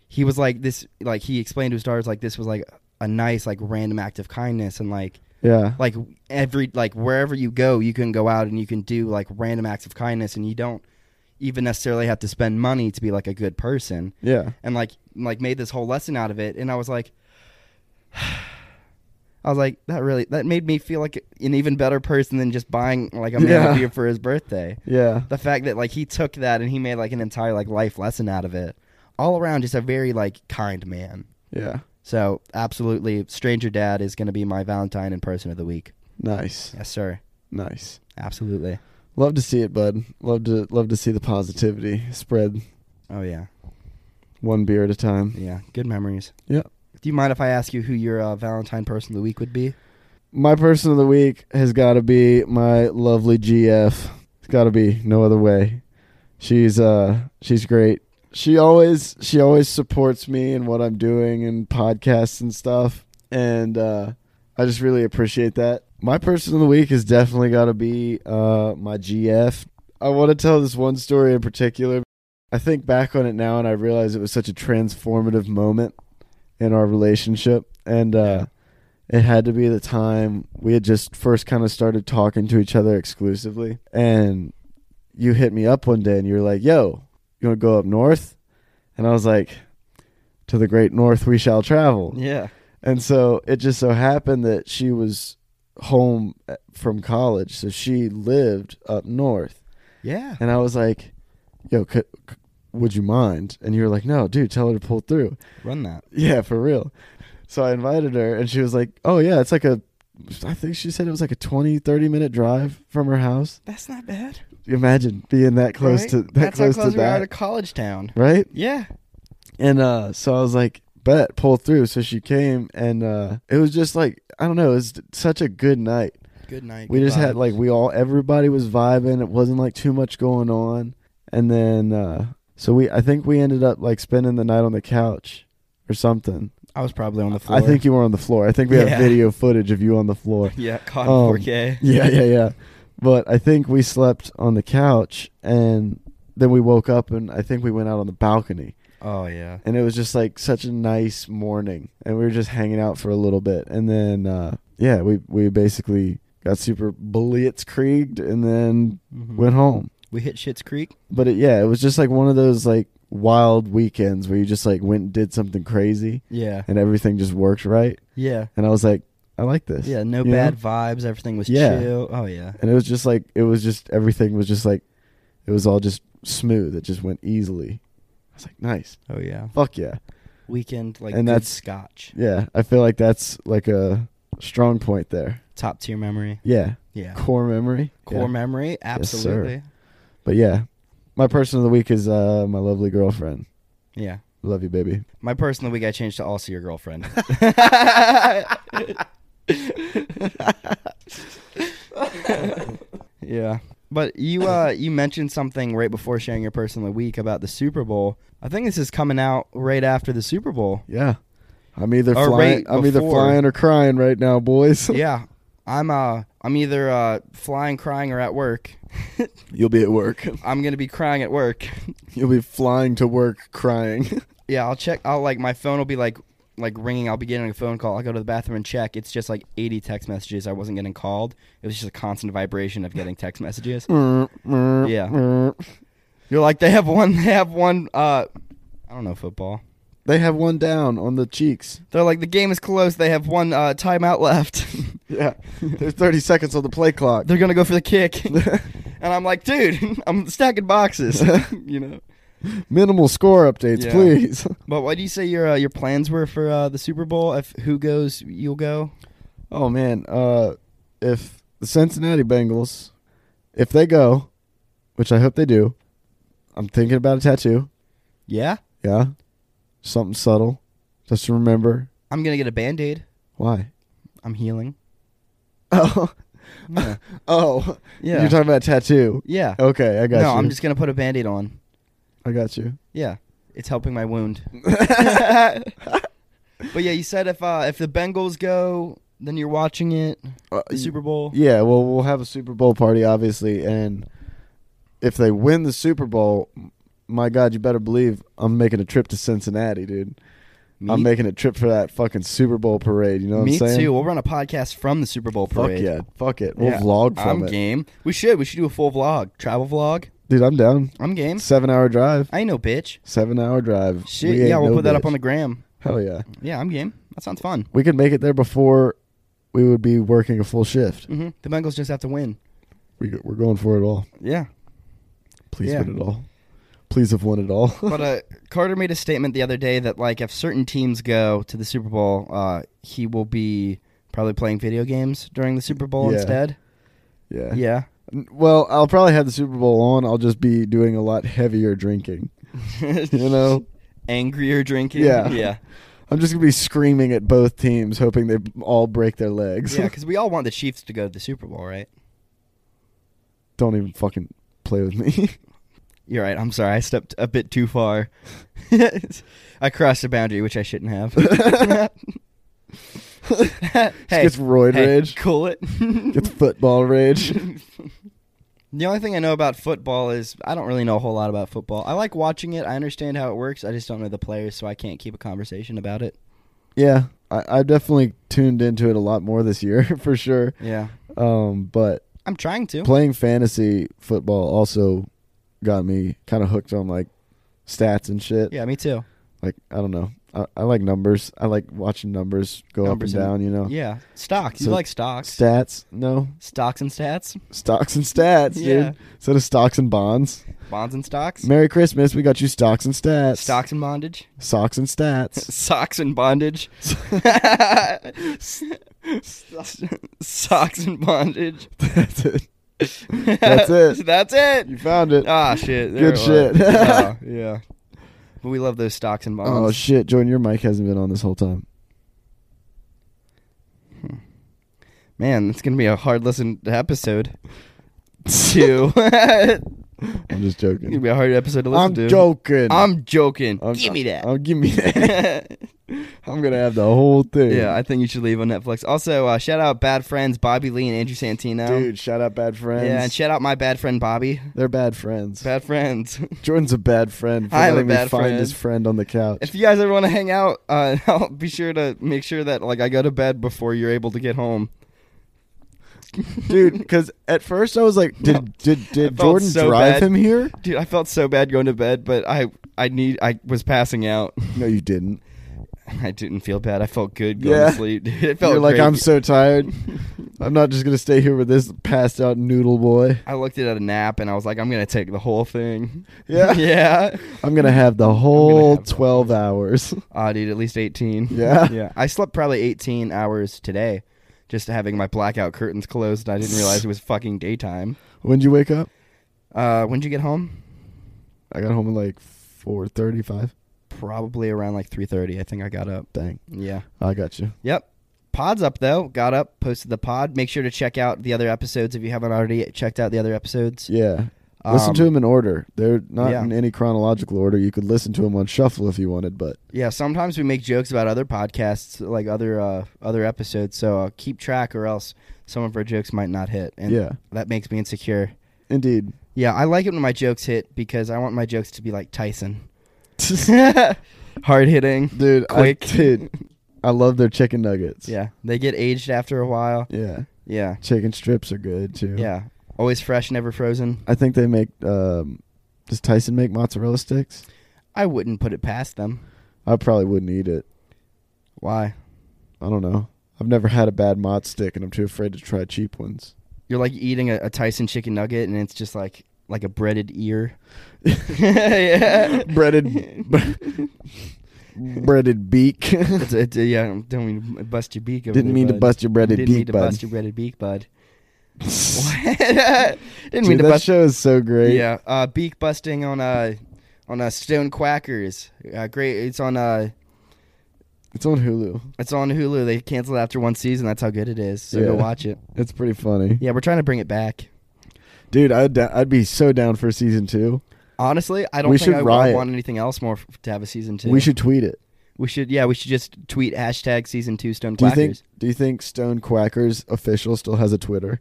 Speaker 2: he was like this like he explained to his daughters like this was like a a nice like random act of kindness and like
Speaker 1: Yeah.
Speaker 2: like every like wherever you go you can go out and you can do like random acts of kindness and you don't even necessarily have to spend money to be like a good person
Speaker 1: Yeah.
Speaker 2: and like like made this whole lesson out of it and i was like i was like that really that made me feel like an even better person than just buying like a man
Speaker 1: Yeah.
Speaker 2: a beer for his birthday
Speaker 1: Yeah.
Speaker 2: the fact that like he took that and he made like an entire like life lesson out of it all around just a very like kind man
Speaker 1: Yeah.
Speaker 2: so absolutely stranger dad is going to be my valentine and person of the week
Speaker 1: Nice.
Speaker 2: yes sir
Speaker 1: Nice.
Speaker 2: absolutely
Speaker 1: Love to see it, bud. Love to love to see the positivity spread
Speaker 2: oh yeah
Speaker 1: one beer at a time.
Speaker 2: yeah good memories
Speaker 1: Yeah.
Speaker 2: do you mind if i ask you who your uh, valentine person of the week would be
Speaker 1: My person of the week has got to be my lovely GF. It's got to be no other way. She's uh she's great. She always she always supports me and what I'm doing and podcasts and stuff. And uh I just really appreciate that. My person of the week has definitely got to be uh my GF. I want to tell this one story in particular. I think back on it now and I realize it was such a transformative moment in our relationship and uh it had to be the time we had just first kind of started talking to each other exclusively and you hit me up one day and you were like yo you want to go up north and i was like to the great north we shall travel
Speaker 2: yeah
Speaker 1: and so it just so happened that she was home eh, from college so she lived up north
Speaker 2: yeah
Speaker 1: and i was like yo could, c- would you mind and you were like no dude tell her to pull through
Speaker 2: run that
Speaker 1: yeah, for real. So I invited her and she was like, "Oh yeah, it's like a I think she said it was like a 20 30 minute drive from her house.
Speaker 2: That's not bad.
Speaker 1: Imagine being that close
Speaker 2: right?
Speaker 1: to that
Speaker 2: That's
Speaker 1: close,
Speaker 2: how close
Speaker 1: to
Speaker 2: we
Speaker 1: that,
Speaker 2: are to college town.
Speaker 1: right?
Speaker 2: Yeah.
Speaker 1: And uh so I was like, "Bet, pull through." So she came and uh it was just like I don't know, it was such a good night.
Speaker 2: Good night.
Speaker 1: We
Speaker 2: good
Speaker 1: just had
Speaker 2: vibes.
Speaker 1: like we all everybody was vibing. It wasn't like too much going on. And then uh so we I think we ended up like spending the night on the couch or something.
Speaker 2: I was probably on the floor.
Speaker 1: I think you were on the floor. I think we
Speaker 2: Yeah.
Speaker 1: have video footage of you on the floor.
Speaker 2: Yeah, caught
Speaker 1: Um,
Speaker 2: 4K.
Speaker 1: Yeah, yeah, yeah. But I think we slept on the couch and then we woke up and I think we went out on the balcony
Speaker 2: Oh yeah.
Speaker 1: and it was just like such a nice morning and we were just hanging out for a little bit and then uh yeah, we we basically got super blitzkrieged and then went home.
Speaker 2: Mm-hmm. We hit Shit's Creek.
Speaker 1: But it, yeah, it was just like one of those like wild weekends where you just like went and did something crazy
Speaker 2: Yeah.
Speaker 1: and everything just worked right
Speaker 2: Yeah.
Speaker 1: and I was like I like this.
Speaker 2: Yeah. No
Speaker 1: you know?
Speaker 2: bad vibes. Everything was
Speaker 1: Yeah.
Speaker 2: chill. Oh yeah.
Speaker 1: and it was just like it was just everything was just like it was all just smooth it just went easily i was like nice
Speaker 2: Oh yeah.
Speaker 1: fuck yeah
Speaker 2: Weekend like
Speaker 1: And
Speaker 2: good
Speaker 1: that's-
Speaker 2: scotch.
Speaker 1: yeah i feel like that's like a strong point there
Speaker 2: Top tier memory.
Speaker 1: yeah
Speaker 2: Yeah.
Speaker 1: core memory
Speaker 2: Core
Speaker 1: Yeah.
Speaker 2: memory.
Speaker 1: sir.
Speaker 2: Absolutely.
Speaker 1: but yeah my person of the week is uh my lovely girlfriend
Speaker 2: yeah.
Speaker 1: love you baby
Speaker 2: My person of the week I changed to also your girlfriend. yeah. But you uh you mentioned something right before sharing your person of the week about the Super Bowl. I think this is coming out right after the Super Bowl.
Speaker 1: yeah i'm either
Speaker 2: Or
Speaker 1: flying
Speaker 2: right
Speaker 1: i'm either
Speaker 2: before.
Speaker 1: flying or crying right now boys
Speaker 2: Yeah. I'm uh I'm either uh flying crying or at work.
Speaker 1: you'll be at work
Speaker 2: I'm going to be crying at work.
Speaker 1: you'll be flying to work crying
Speaker 2: Yeah, I'll check. I'll like my phone will be like like ringing. I'll be getting a phone call. I'll go to the bathroom and check. It's just like 80 text messages. I wasn't getting called. It was just a constant vibration of getting text messages.
Speaker 1: Mm. yeah
Speaker 2: You're like they have one. They have one. Uh, I don't know football.
Speaker 1: they have one down on the cheeks
Speaker 2: They're like the game is close. They have one uh, timeout left.
Speaker 1: Yeah. There's 30 seconds on the play clock.
Speaker 2: They're gonna go for the kick. and I'm like, dude, I'm stacking boxes. you know.
Speaker 1: Minimal score updates,
Speaker 2: Yeah.
Speaker 1: please.
Speaker 2: But what do you say your uh, your plans were for uh, the Super Bowl? If who goes, you'll go.
Speaker 1: Oh man, uh if the Cincinnati Bengals if they go, which I hope they do, I'm thinking about a tattoo.
Speaker 2: Yeah.
Speaker 1: Yeah. Something subtle. Just to remember
Speaker 2: I'm gonna get a band aid.
Speaker 1: why.
Speaker 2: I'm healing.
Speaker 1: Oh. Oh.
Speaker 2: Yeah.
Speaker 1: You're talking about tattoo.
Speaker 2: Yeah.
Speaker 1: Okay, I got
Speaker 2: No,
Speaker 1: you.
Speaker 2: I'm just gonna put a band-aid on.
Speaker 1: I got you.
Speaker 2: Yeah. It's helping my wound. but yeah, you said if uh, if the Bengals go, then you're watching it.
Speaker 1: Uh,
Speaker 2: The Super Bowl.
Speaker 1: Yeah, well, we'll have a Super Bowl party, obviously, and if they win the Super Bowl, m- my God, you better believe I'm making a trip to Cincinnati, dude. I'm
Speaker 2: Me-
Speaker 1: making a trip for that fucking Super Bowl parade. You know what
Speaker 2: Me
Speaker 1: I'm saying?
Speaker 2: too. We'll run a podcast from the Super Bowl
Speaker 1: Fuck
Speaker 2: parade.
Speaker 1: yeah. Fuck it. We'll
Speaker 2: Yeah,
Speaker 1: vlog from
Speaker 2: I'm
Speaker 1: it.
Speaker 2: game. We should. We should do a full vlog, travel vlog.
Speaker 1: Dude, I'm down.
Speaker 2: I'm game.
Speaker 1: Seven hour drive.
Speaker 2: I ain't no bitch.
Speaker 1: Seven hour drive.
Speaker 2: Shit.
Speaker 1: We ain't
Speaker 2: yeah, we'll
Speaker 1: no
Speaker 2: put that up
Speaker 1: bitch.
Speaker 2: on the gram.
Speaker 1: Hell yeah.
Speaker 2: Yeah, I'm game. That sounds fun.
Speaker 1: We could make it there before we would be working a full shift.
Speaker 2: hmm The Bengals just have to win.
Speaker 1: We, we're going for it all.
Speaker 2: Yeah.
Speaker 1: Please
Speaker 2: Yeah.
Speaker 1: win it all. Please have won it all.
Speaker 2: but uh, Carter made a statement the other day that like if certain teams go to the Super Bowl, uh, he will be probably playing video games during the Super Bowl
Speaker 1: Yeah.
Speaker 2: instead.
Speaker 1: yeah.
Speaker 2: Yeah.
Speaker 1: N- Well, I'll probably have the Super Bowl on. I'll just be doing a lot heavier drinking. You know?
Speaker 2: Angrier drinking.
Speaker 1: Yeah.
Speaker 2: Yeah.
Speaker 1: I'm just going to be screaming at both teams, hoping they all break their legs.
Speaker 2: Yeah, because we all want the Chiefs to go to the Super Bowl, right?
Speaker 1: Don't even fucking play with me.
Speaker 2: You're right. I'm sorry. I stepped a bit too far. I crossed the boundary, which I shouldn't have. hey,
Speaker 1: gets roid
Speaker 2: hey,
Speaker 1: rage.
Speaker 2: Cool it.
Speaker 1: it's football rage.
Speaker 2: The only thing I know about football is I don't really know a whole lot about football. I like watching it. I understand how it works. I just don't know the players, so I can't keep a conversation about it.
Speaker 1: Yeah, I, I definitely tuned into it a lot more this year for sure.
Speaker 2: Yeah,
Speaker 1: Um, but
Speaker 2: I'm trying to.
Speaker 1: playing fantasy football also got me kind of hooked on like stats and shit.
Speaker 2: yeah, me too.
Speaker 1: Like I don't know, I, I like numbers. I like watching numbers go
Speaker 2: Numbers
Speaker 1: up
Speaker 2: and-
Speaker 1: and down. You know,
Speaker 2: Yeah, stocks. You
Speaker 1: So-
Speaker 2: like stocks?
Speaker 1: stats. No
Speaker 2: stocks and stats.
Speaker 1: stocks and stats,
Speaker 2: Yeah.
Speaker 1: dude. Instead of stocks and bonds.
Speaker 2: Bonds and stocks.
Speaker 1: Merry Christmas. We got you stocks and stats.
Speaker 2: Stocks and bondage.
Speaker 1: Socks and stats.
Speaker 2: Socks and bondage. Socks and bondage.
Speaker 1: That's it. That's it.
Speaker 2: That's it.
Speaker 1: You found it.
Speaker 2: Ah, shit. there
Speaker 1: Good
Speaker 2: it
Speaker 1: shit.
Speaker 2: was. Oh, yeah. But we love those stocks and bonds.
Speaker 1: Oh shit, Jordan, your mic hasn't been on this whole time.
Speaker 2: Man, it's gonna be a hard listen to episode. Two.
Speaker 1: I'm just
Speaker 2: It's gonna
Speaker 1: joking.
Speaker 2: be a hard episode to listen
Speaker 1: I'm
Speaker 2: to.
Speaker 1: joking.
Speaker 2: I'm joking.
Speaker 1: I'm-
Speaker 2: Give me that.
Speaker 1: I'm give me that. I'm gonna have the whole thing.
Speaker 2: yeah, I think you should leave on Netflix. Also, uh, shout out bad friends Bobby Lee and Andrew Santino.
Speaker 1: dude. Shout out bad friends.
Speaker 2: Yeah, and shout out my bad friend Bobby.
Speaker 1: They're bad friends.
Speaker 2: Bad friends.
Speaker 1: Jordan's a bad friend. For
Speaker 2: I'm a
Speaker 1: letting me
Speaker 2: bad
Speaker 1: find
Speaker 2: friend.
Speaker 1: his friend on the couch.
Speaker 2: if you guys ever want to hang out, uh, I'll be sure to make sure that like I go to bed before you're able to get home.
Speaker 1: dude, because at first I was like, did did did
Speaker 2: I felt
Speaker 1: Jordan
Speaker 2: so
Speaker 1: drive
Speaker 2: bad.
Speaker 1: him here?
Speaker 2: Dude, I felt so bad going to bed, but I I need I was passing out.
Speaker 1: No, you didn't.
Speaker 2: I didn't feel bad. I felt good going
Speaker 1: Yeah.
Speaker 2: to sleep. Dude, it felt
Speaker 1: You're like,
Speaker 2: great.
Speaker 1: I'm so tired. I'm not just gonna stay here with this passed out noodle boy.
Speaker 2: I looked at a nap and I was like, I'm gonna take the whole thing.
Speaker 1: Yeah.
Speaker 2: yeah.
Speaker 1: I'm gonna have the whole
Speaker 2: have the-
Speaker 1: twelve hours.
Speaker 2: Ah, dude, at least 18.
Speaker 1: Yeah.
Speaker 2: yeah. I slept probably 18 hours today, just having my blackout curtains closed. And I didn't realize it was fucking daytime.
Speaker 1: When'd you wake up?
Speaker 2: Uh, when'd you get home?
Speaker 1: I got home at like four thirty-five.
Speaker 2: Probably around like 3:30. I think I got up.
Speaker 1: Dang,
Speaker 2: Yeah.
Speaker 1: I got you.
Speaker 2: Yep. Pod's up though. Got up, posted the pod. Make sure to check out the other episodes if you haven't already checked out the other episodes.
Speaker 1: Yeah, listen
Speaker 2: Um,
Speaker 1: to them in order. They're not
Speaker 2: yeah.
Speaker 1: in any chronological order. You could listen to them on shuffle if you wanted, but
Speaker 2: Yeah, sometimes we make jokes about other podcasts, like other uh, other episodes. So uh, keep track, or else some of our jokes might not hit, and
Speaker 1: Yeah.
Speaker 2: that makes me insecure.
Speaker 1: indeed,
Speaker 2: Yeah, I like it when my jokes hit because I want my jokes to be like Tyson, hard hitting.
Speaker 1: dude,
Speaker 2: Quick.
Speaker 1: I, dude, I love their chicken nuggets.
Speaker 2: Yeah, they get aged after a while.
Speaker 1: yeah,
Speaker 2: Yeah,
Speaker 1: chicken strips are good too.
Speaker 2: yeah, always fresh, never frozen.
Speaker 1: I think they make. Um, does Tyson make mozzarella sticks?
Speaker 2: I wouldn't put it past them.
Speaker 1: I probably wouldn't eat it.
Speaker 2: Why?
Speaker 1: I don't know. I've never had a bad mod stick, and I'm too afraid to try cheap ones.
Speaker 2: You're like eating a, a Tyson chicken nugget, and it's just like like a breaded ear. yeah.
Speaker 1: breaded, breaded beak.
Speaker 2: It's, it's, yeah, I don't mean to bust your beak. Over
Speaker 1: Didn't
Speaker 2: there,
Speaker 1: mean to
Speaker 2: bud.
Speaker 1: bust your breaded
Speaker 2: Didn't mean
Speaker 1: beak,
Speaker 2: to
Speaker 1: bud.
Speaker 2: bust your breaded beak, bud.
Speaker 1: Dude,
Speaker 2: What? Didn't mean to
Speaker 1: that
Speaker 2: bust.
Speaker 1: show is so great.
Speaker 2: Yeah, uh, beak busting on uh, on uh, Stone Quackers. Uh, great, it's on uh,
Speaker 1: It's on Hulu.
Speaker 2: it's on Hulu. They canceled after one season. That's how good it is. So
Speaker 1: Yeah.
Speaker 2: go watch it.
Speaker 1: It's pretty funny,
Speaker 2: Yeah, we're trying to bring it back.
Speaker 1: dude. I'd da- I'd be so down for season two.
Speaker 2: Honestly, I don't
Speaker 1: We
Speaker 2: think
Speaker 1: should
Speaker 2: I
Speaker 1: riot.
Speaker 2: want anything else more f- to have a season two.
Speaker 1: We should tweet it.
Speaker 2: we should, yeah, we should just tweet hashtag season two Stone
Speaker 1: Do
Speaker 2: Quackers.
Speaker 1: you think Do you think Stone Quackers official still has a Twitter?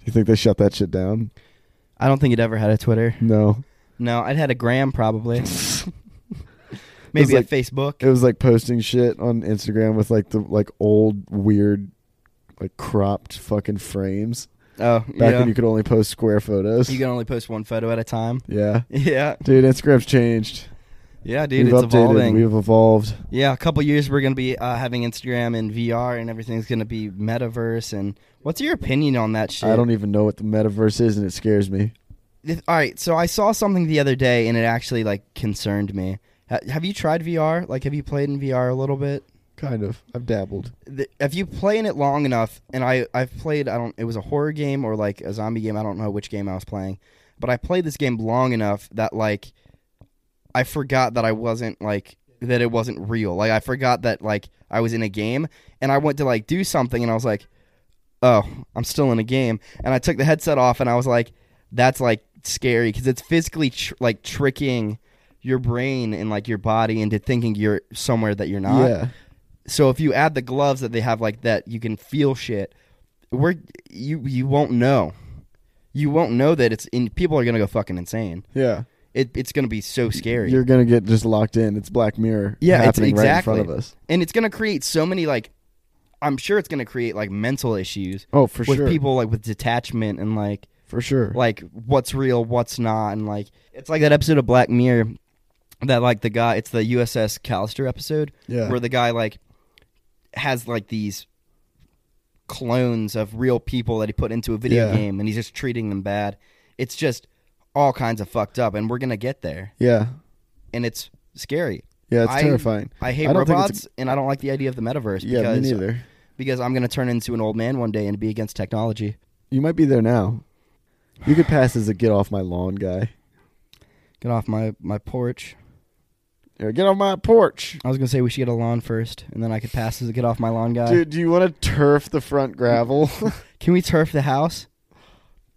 Speaker 1: Do you think they shut that shit down?
Speaker 2: I don't think it ever had a Twitter.
Speaker 1: No.
Speaker 2: No, I'd had a gram probably. Maybe
Speaker 1: like-
Speaker 2: a Facebook.
Speaker 1: It was like posting shit on Instagram with like the like old weird like cropped fucking frames.
Speaker 2: oh,
Speaker 1: Back
Speaker 2: yeah.
Speaker 1: when you could only post square photos.
Speaker 2: You can only post one photo at a time.
Speaker 1: yeah.
Speaker 2: Yeah.
Speaker 1: Dude, Instagram's changed.
Speaker 2: Yeah, dude,
Speaker 1: We've
Speaker 2: it's
Speaker 1: updated.
Speaker 2: evolving.
Speaker 1: We've evolved.
Speaker 2: Yeah, a couple years we're gonna be uh, having Instagram and VR and everything's gonna be metaverse. And what's your opinion on that shit?
Speaker 1: I don't even know what the metaverse is, and it scares me.
Speaker 2: If- All right, so I saw something the other day and it actually like concerned me. Ha- have you tried VR? Like, have you played in VR a little bit?
Speaker 1: Kind of. I've dabbled.
Speaker 2: the, if you play in it long enough, and I I've played I don't it was a horror game or like a zombie game I don't know which game I was playing, but I played this game long enough that like I forgot that I wasn't like that it wasn't real like I forgot that like I was in a game and I went to like do something and I was like oh I'm still in a game and I took the headset off and I was like that's like scary because it's physically tr- like tricking your brain and like your body into thinking you're somewhere that you're not
Speaker 1: yeah.
Speaker 2: so if you add the gloves that they have like that you can feel shit we're you you won't know you won't know that it's in people are gonna go fucking insane
Speaker 1: Yeah.
Speaker 2: it, it's gonna be so scary
Speaker 1: You're gonna get just locked in. It's Black Mirror.
Speaker 2: Yeah, it's
Speaker 1: happening right in
Speaker 2: exactly.
Speaker 1: front of us.
Speaker 2: and it's gonna create so many like i'm sure it's gonna create like mental issues
Speaker 1: Oh, for
Speaker 2: with
Speaker 1: sure.
Speaker 2: people like with detachment and like
Speaker 1: for sure.
Speaker 2: like what's real what's not and like it's like that episode of black mirror that like the guy it's the uss callister episode
Speaker 1: yeah.
Speaker 2: where the guy like has like these clones of real people that he put into a video
Speaker 1: Yeah.
Speaker 2: game and he's just treating them bad. It's just all kinds of fucked up and we're going to get there
Speaker 1: yeah.
Speaker 2: and it's scary.
Speaker 1: Yeah. It's
Speaker 2: I-
Speaker 1: terrifying.
Speaker 2: I hate
Speaker 1: I don't think it's a-
Speaker 2: robots and I don't like the idea of the metaverse
Speaker 1: Yeah. Me
Speaker 2: because
Speaker 1: neither.
Speaker 2: because I'm going to turn into an old man one day and be against technology.
Speaker 1: You might be there now. You could pass as a get off my lawn guy.
Speaker 2: Get off my my porch.
Speaker 1: Or get off my porch.
Speaker 2: I was going to say we should get a lawn first and then I could pass as a get off my lawn guy.
Speaker 1: Dude, do you want to turf the front gravel?
Speaker 2: Can we turf the house?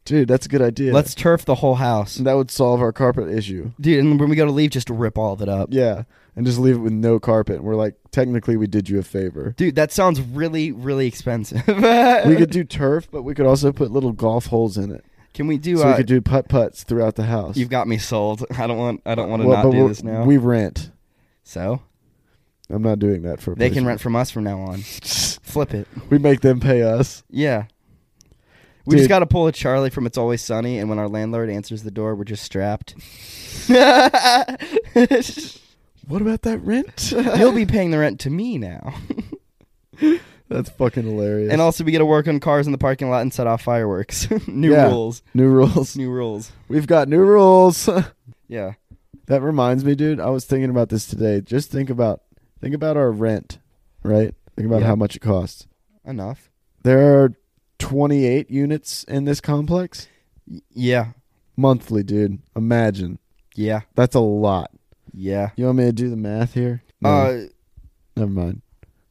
Speaker 1: Dude, that's a good idea.
Speaker 2: Let's turf the whole house.
Speaker 1: that would solve our carpet issue.
Speaker 2: Dude, and when we go to leave just rip all of it up.
Speaker 1: Yeah, and just leave it with no carpet. And we're like, technically, we did you a favor.
Speaker 2: Dude, that sounds really, really expensive.
Speaker 1: We could do turf, but we could also put little golf holes in it,
Speaker 2: Can we do?
Speaker 1: so
Speaker 2: uh,
Speaker 1: we could do putt putts throughout the house.
Speaker 2: you've got me sold. I don't want. I don't want to
Speaker 1: Well,
Speaker 2: not
Speaker 1: but
Speaker 2: do
Speaker 1: we're-
Speaker 2: this now.
Speaker 1: We rent.
Speaker 2: so
Speaker 1: I'm not doing that for. A
Speaker 2: they can
Speaker 1: person.
Speaker 2: rent from us from now on. Flip it.
Speaker 1: we make them pay us.
Speaker 2: Yeah. We just
Speaker 1: Dude.
Speaker 2: got to pull a Charlie from It's Always Sunny, and when our landlord answers the door, we're just strapped.
Speaker 1: What about that rent?
Speaker 2: He'll be paying the rent to me now.
Speaker 1: That's fucking hilarious.
Speaker 2: And also, we get to work on cars in the parking lot and set off fireworks. new
Speaker 1: Yeah.
Speaker 2: rules.
Speaker 1: new rules.
Speaker 2: New rules.
Speaker 1: We've got new rules.
Speaker 2: Yeah.
Speaker 1: that reminds me, dude. I was thinking about this today. Just think about think about our rent, right? Think about
Speaker 2: Yeah.
Speaker 1: how much it costs.
Speaker 2: Enough.
Speaker 1: There are 28 units in this complex.
Speaker 2: Y- yeah.
Speaker 1: monthly, dude. Imagine
Speaker 2: Yeah.
Speaker 1: that's a lot.
Speaker 2: Yeah.
Speaker 1: You want me to do the math here? No,
Speaker 2: Uh,
Speaker 1: never mind.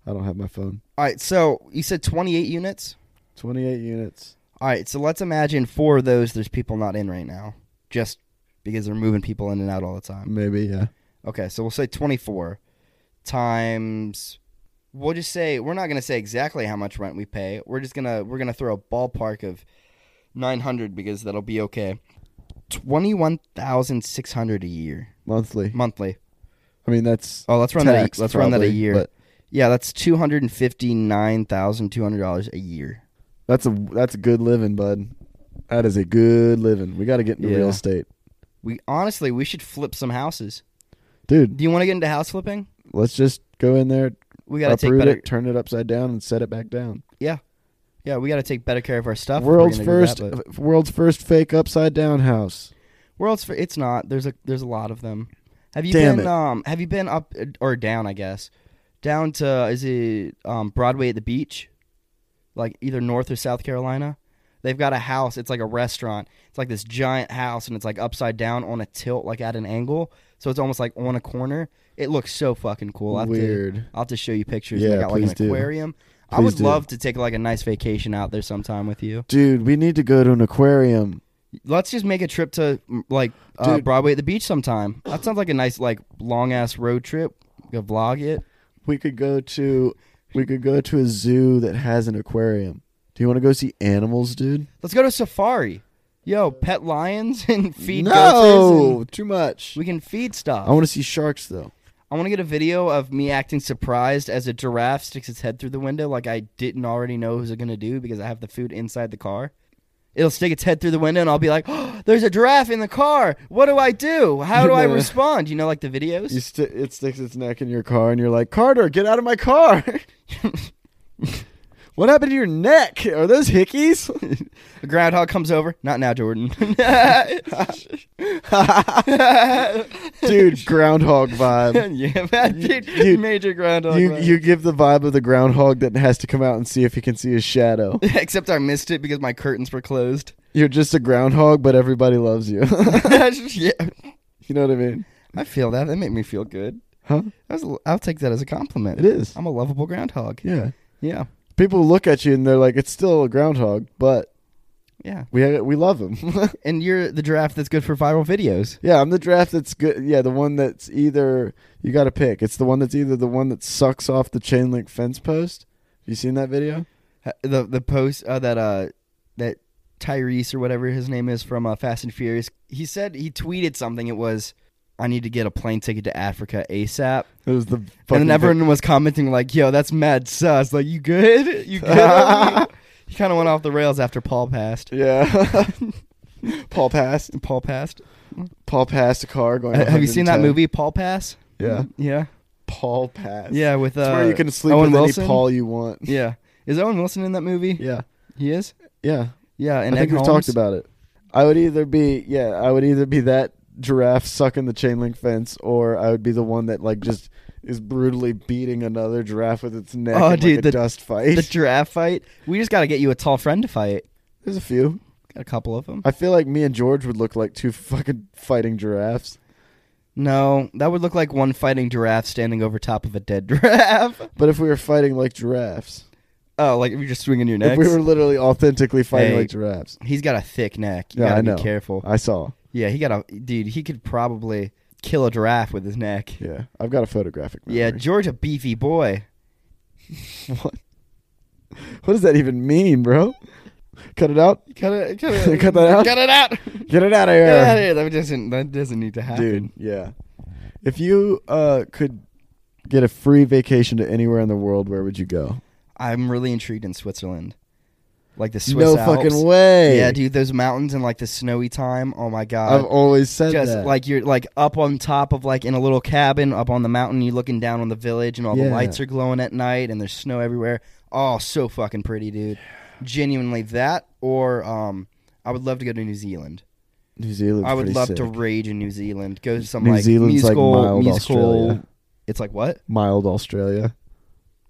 Speaker 1: I don't have my phone.
Speaker 2: All right, so you said 28 units.
Speaker 1: Twenty-eight units.
Speaker 2: All right, so let's imagine four of those there's people not in right now, just because they're moving people in and out all the time.
Speaker 1: Maybe yeah.
Speaker 2: Okay, so we'll say 24 times. We'll just say we're not gonna say exactly how much rent we pay. We're just gonna we're gonna throw a ballpark of 900 because that'll be okay. 21,600 a year
Speaker 1: Monthly.
Speaker 2: monthly.
Speaker 1: I mean that's
Speaker 2: Oh, let's run
Speaker 1: tax,
Speaker 2: that. Let's run that a
Speaker 1: probably,
Speaker 2: year.
Speaker 1: But
Speaker 2: yeah, that's two hundred and fifty nine thousand two hundred dollars a year.
Speaker 1: that's a that's a good living, bud. That is a good living. We got to get into
Speaker 2: Yeah.
Speaker 1: real estate,
Speaker 2: We honestly, we should flip some houses.
Speaker 1: dude.
Speaker 2: Do you want to get into house flipping?
Speaker 1: Let's just go in there,
Speaker 2: We gotta take
Speaker 1: uproot
Speaker 2: better.
Speaker 1: it, turn it upside down, and set it back down.
Speaker 2: Yeah, we gotta take better care of our stuff. if we're
Speaker 1: world's
Speaker 2: gonna do that,
Speaker 1: first,
Speaker 2: but-
Speaker 1: f- world's first fake upside down house.
Speaker 2: world's first. It's not. There's a there's a lot of them. Have you
Speaker 1: Damn
Speaker 2: been
Speaker 1: it.
Speaker 2: um Have you been up uh, or down? I guess down to is it um Broadway at the beach, like either North or South Carolina. They've got a house. It's like a restaurant. It's like this giant house, and it's like upside down on a tilt, like at an angle. So it's almost like on a corner. It looks so fucking cool. I have to-
Speaker 1: Weird.
Speaker 2: I'll have to show you pictures.
Speaker 1: Yeah,
Speaker 2: they got like an
Speaker 1: please do.
Speaker 2: aquarium. I
Speaker 1: Please
Speaker 2: would
Speaker 1: do.
Speaker 2: love to take like a nice vacation out there sometime with you.
Speaker 1: Dude, we need to go to an aquarium.
Speaker 2: Let's just make a trip to m- like uh,
Speaker 1: Dude.
Speaker 2: Broadway at the beach sometime. That sounds like a nice like long ass road trip. Go vlog it.
Speaker 1: we could go to we could go to a zoo that has an aquarium. Do you want to go see animals, dude?
Speaker 2: Let's go to safari. Yo, pet lions and feed gophers.
Speaker 1: no,
Speaker 2: and
Speaker 1: too much.
Speaker 2: we can feed stuff.
Speaker 1: I want to see sharks though.
Speaker 2: I want to get a video of me acting surprised as a giraffe sticks its head through the window, like I didn't already know who's it gonna do because I have the food inside the car. It'll stick its head through the window, and I'll be like, oh, "There's a giraffe in the car. What do I do? How do I
Speaker 1: No.
Speaker 2: respond?" You know, like the videos.
Speaker 1: You sti it sticks its neck in your car, and you're like, Carter, get out of my car. what happened to your neck? Are those hickeys?
Speaker 2: A groundhog comes over. Not now, Jordan.
Speaker 1: Dude, groundhog vibe.
Speaker 2: yeah, man, dude,
Speaker 1: um, You-
Speaker 2: major groundhog.
Speaker 1: You
Speaker 2: vibe.
Speaker 1: you give the vibe of the groundhog that has to come out and see if he can see his shadow.
Speaker 2: Except I missed it because my curtains were closed.
Speaker 1: You're just a groundhog, but everybody loves you.
Speaker 2: yeah,
Speaker 1: you know what I mean?
Speaker 2: I feel that. That made me feel good.
Speaker 1: Huh?
Speaker 2: That was, a- I'll take that as a compliment.
Speaker 1: It is.
Speaker 2: I'm a lovable groundhog.
Speaker 1: Yeah.
Speaker 2: Yeah.
Speaker 1: People look at you and they're like, "It's still a groundhog, but
Speaker 2: Yeah.
Speaker 1: we we love him."
Speaker 2: And you're the giraffe that's good for viral videos.
Speaker 1: Yeah, I'm the draft that's good. Yeah, the one that's either you got to pick. It's the one that's either the one that sucks off the chain link fence post. You seen that video?
Speaker 2: Ha- The the post uh, that uh that Tyrese or whatever his name is from uh, Fast and Furious. He said he tweeted something. It was, I need to get a plane ticket to Africa ASAP.
Speaker 1: It was the
Speaker 2: and
Speaker 1: fucking
Speaker 2: then everyone was commenting like, "Yo, that's mad sus." Like, you good? You good? homie?" he kind of went off the rails after Paul passed.
Speaker 1: vi- yeah. Paul passed.
Speaker 2: Paul passed.
Speaker 1: Paul passed a car going.
Speaker 2: Uh, have you seen that
Speaker 1: 110.
Speaker 2: movie, Paul Pass? Mm-hmm.
Speaker 1: Yeah.
Speaker 2: Yeah,
Speaker 1: Paul passed.
Speaker 2: yeah. With uh,
Speaker 1: it's where you can sleep
Speaker 2: Owen
Speaker 1: with
Speaker 2: Wilson.
Speaker 1: any Paul you want.
Speaker 2: Yeah, is Owen Wilson in that movie?
Speaker 1: Yeah,
Speaker 2: He is.
Speaker 1: yeah.
Speaker 2: Yeah, and
Speaker 1: I think
Speaker 2: Ed
Speaker 1: we've
Speaker 2: Helms?
Speaker 1: talked about it. I would either be yeah, I would either be that giraffe sucking the chain link fence, or I would be the one that like just is brutally beating another giraffe with its neck.
Speaker 2: Oh,
Speaker 1: in, like,
Speaker 2: dude,
Speaker 1: a
Speaker 2: the-
Speaker 1: dust fight.
Speaker 2: the giraffe fight. We just got to get you a tall friend to fight.
Speaker 1: There's a few.
Speaker 2: Got a couple of them.
Speaker 1: I feel like me and George would look like two fucking fighting giraffes.
Speaker 2: No, that would look like one fighting giraffe standing over top of a dead giraffe.
Speaker 1: But if we were fighting like giraffes,
Speaker 2: Oh, like if you're just swinging your neck.
Speaker 1: if we were literally authentically fighting
Speaker 2: Hey.
Speaker 1: like giraffes,
Speaker 2: He's got a thick neck. You
Speaker 1: Yeah,
Speaker 2: gotta
Speaker 1: I know.
Speaker 2: be careful.
Speaker 1: I saw.
Speaker 2: Yeah, he got a dude. He could probably kill a giraffe with his neck. Yeah,
Speaker 1: Yeah, I've got a photographic. Memory.
Speaker 2: George a beefy boy.
Speaker 1: what? What does that even mean, bro? Cut it out.
Speaker 2: Cut it, cut
Speaker 1: it- Cut that out?
Speaker 2: Cut it out.
Speaker 1: Get it out of here.
Speaker 2: That doesn't that doesn't need to happen.
Speaker 1: dude yeah if you uh could get a free vacation to anywhere in the world where would you go
Speaker 2: I'm really intrigued in Switzerland, like the Swiss
Speaker 1: no
Speaker 2: Alps.
Speaker 1: fucking way
Speaker 2: Yeah, dude, those mountains and like the snowy time. Oh my
Speaker 1: i've
Speaker 2: god.
Speaker 1: always said
Speaker 2: just
Speaker 1: that
Speaker 2: like you're like up on top of like in a little cabin up on the mountain, you're looking down on the village, and all the
Speaker 1: Yeah.
Speaker 2: lights are glowing at night, and there's snow everywhere. Oh, so fucking pretty, dude. Genuinely, that or um, I would love to go to New Zealand.
Speaker 1: new zealand
Speaker 2: I would love to rage in New Zealand. Go to some
Speaker 1: New
Speaker 2: like
Speaker 1: Zealand's, like,
Speaker 2: musical,
Speaker 1: mild
Speaker 2: musical.
Speaker 1: Australia.
Speaker 2: It's like what?
Speaker 1: mild australia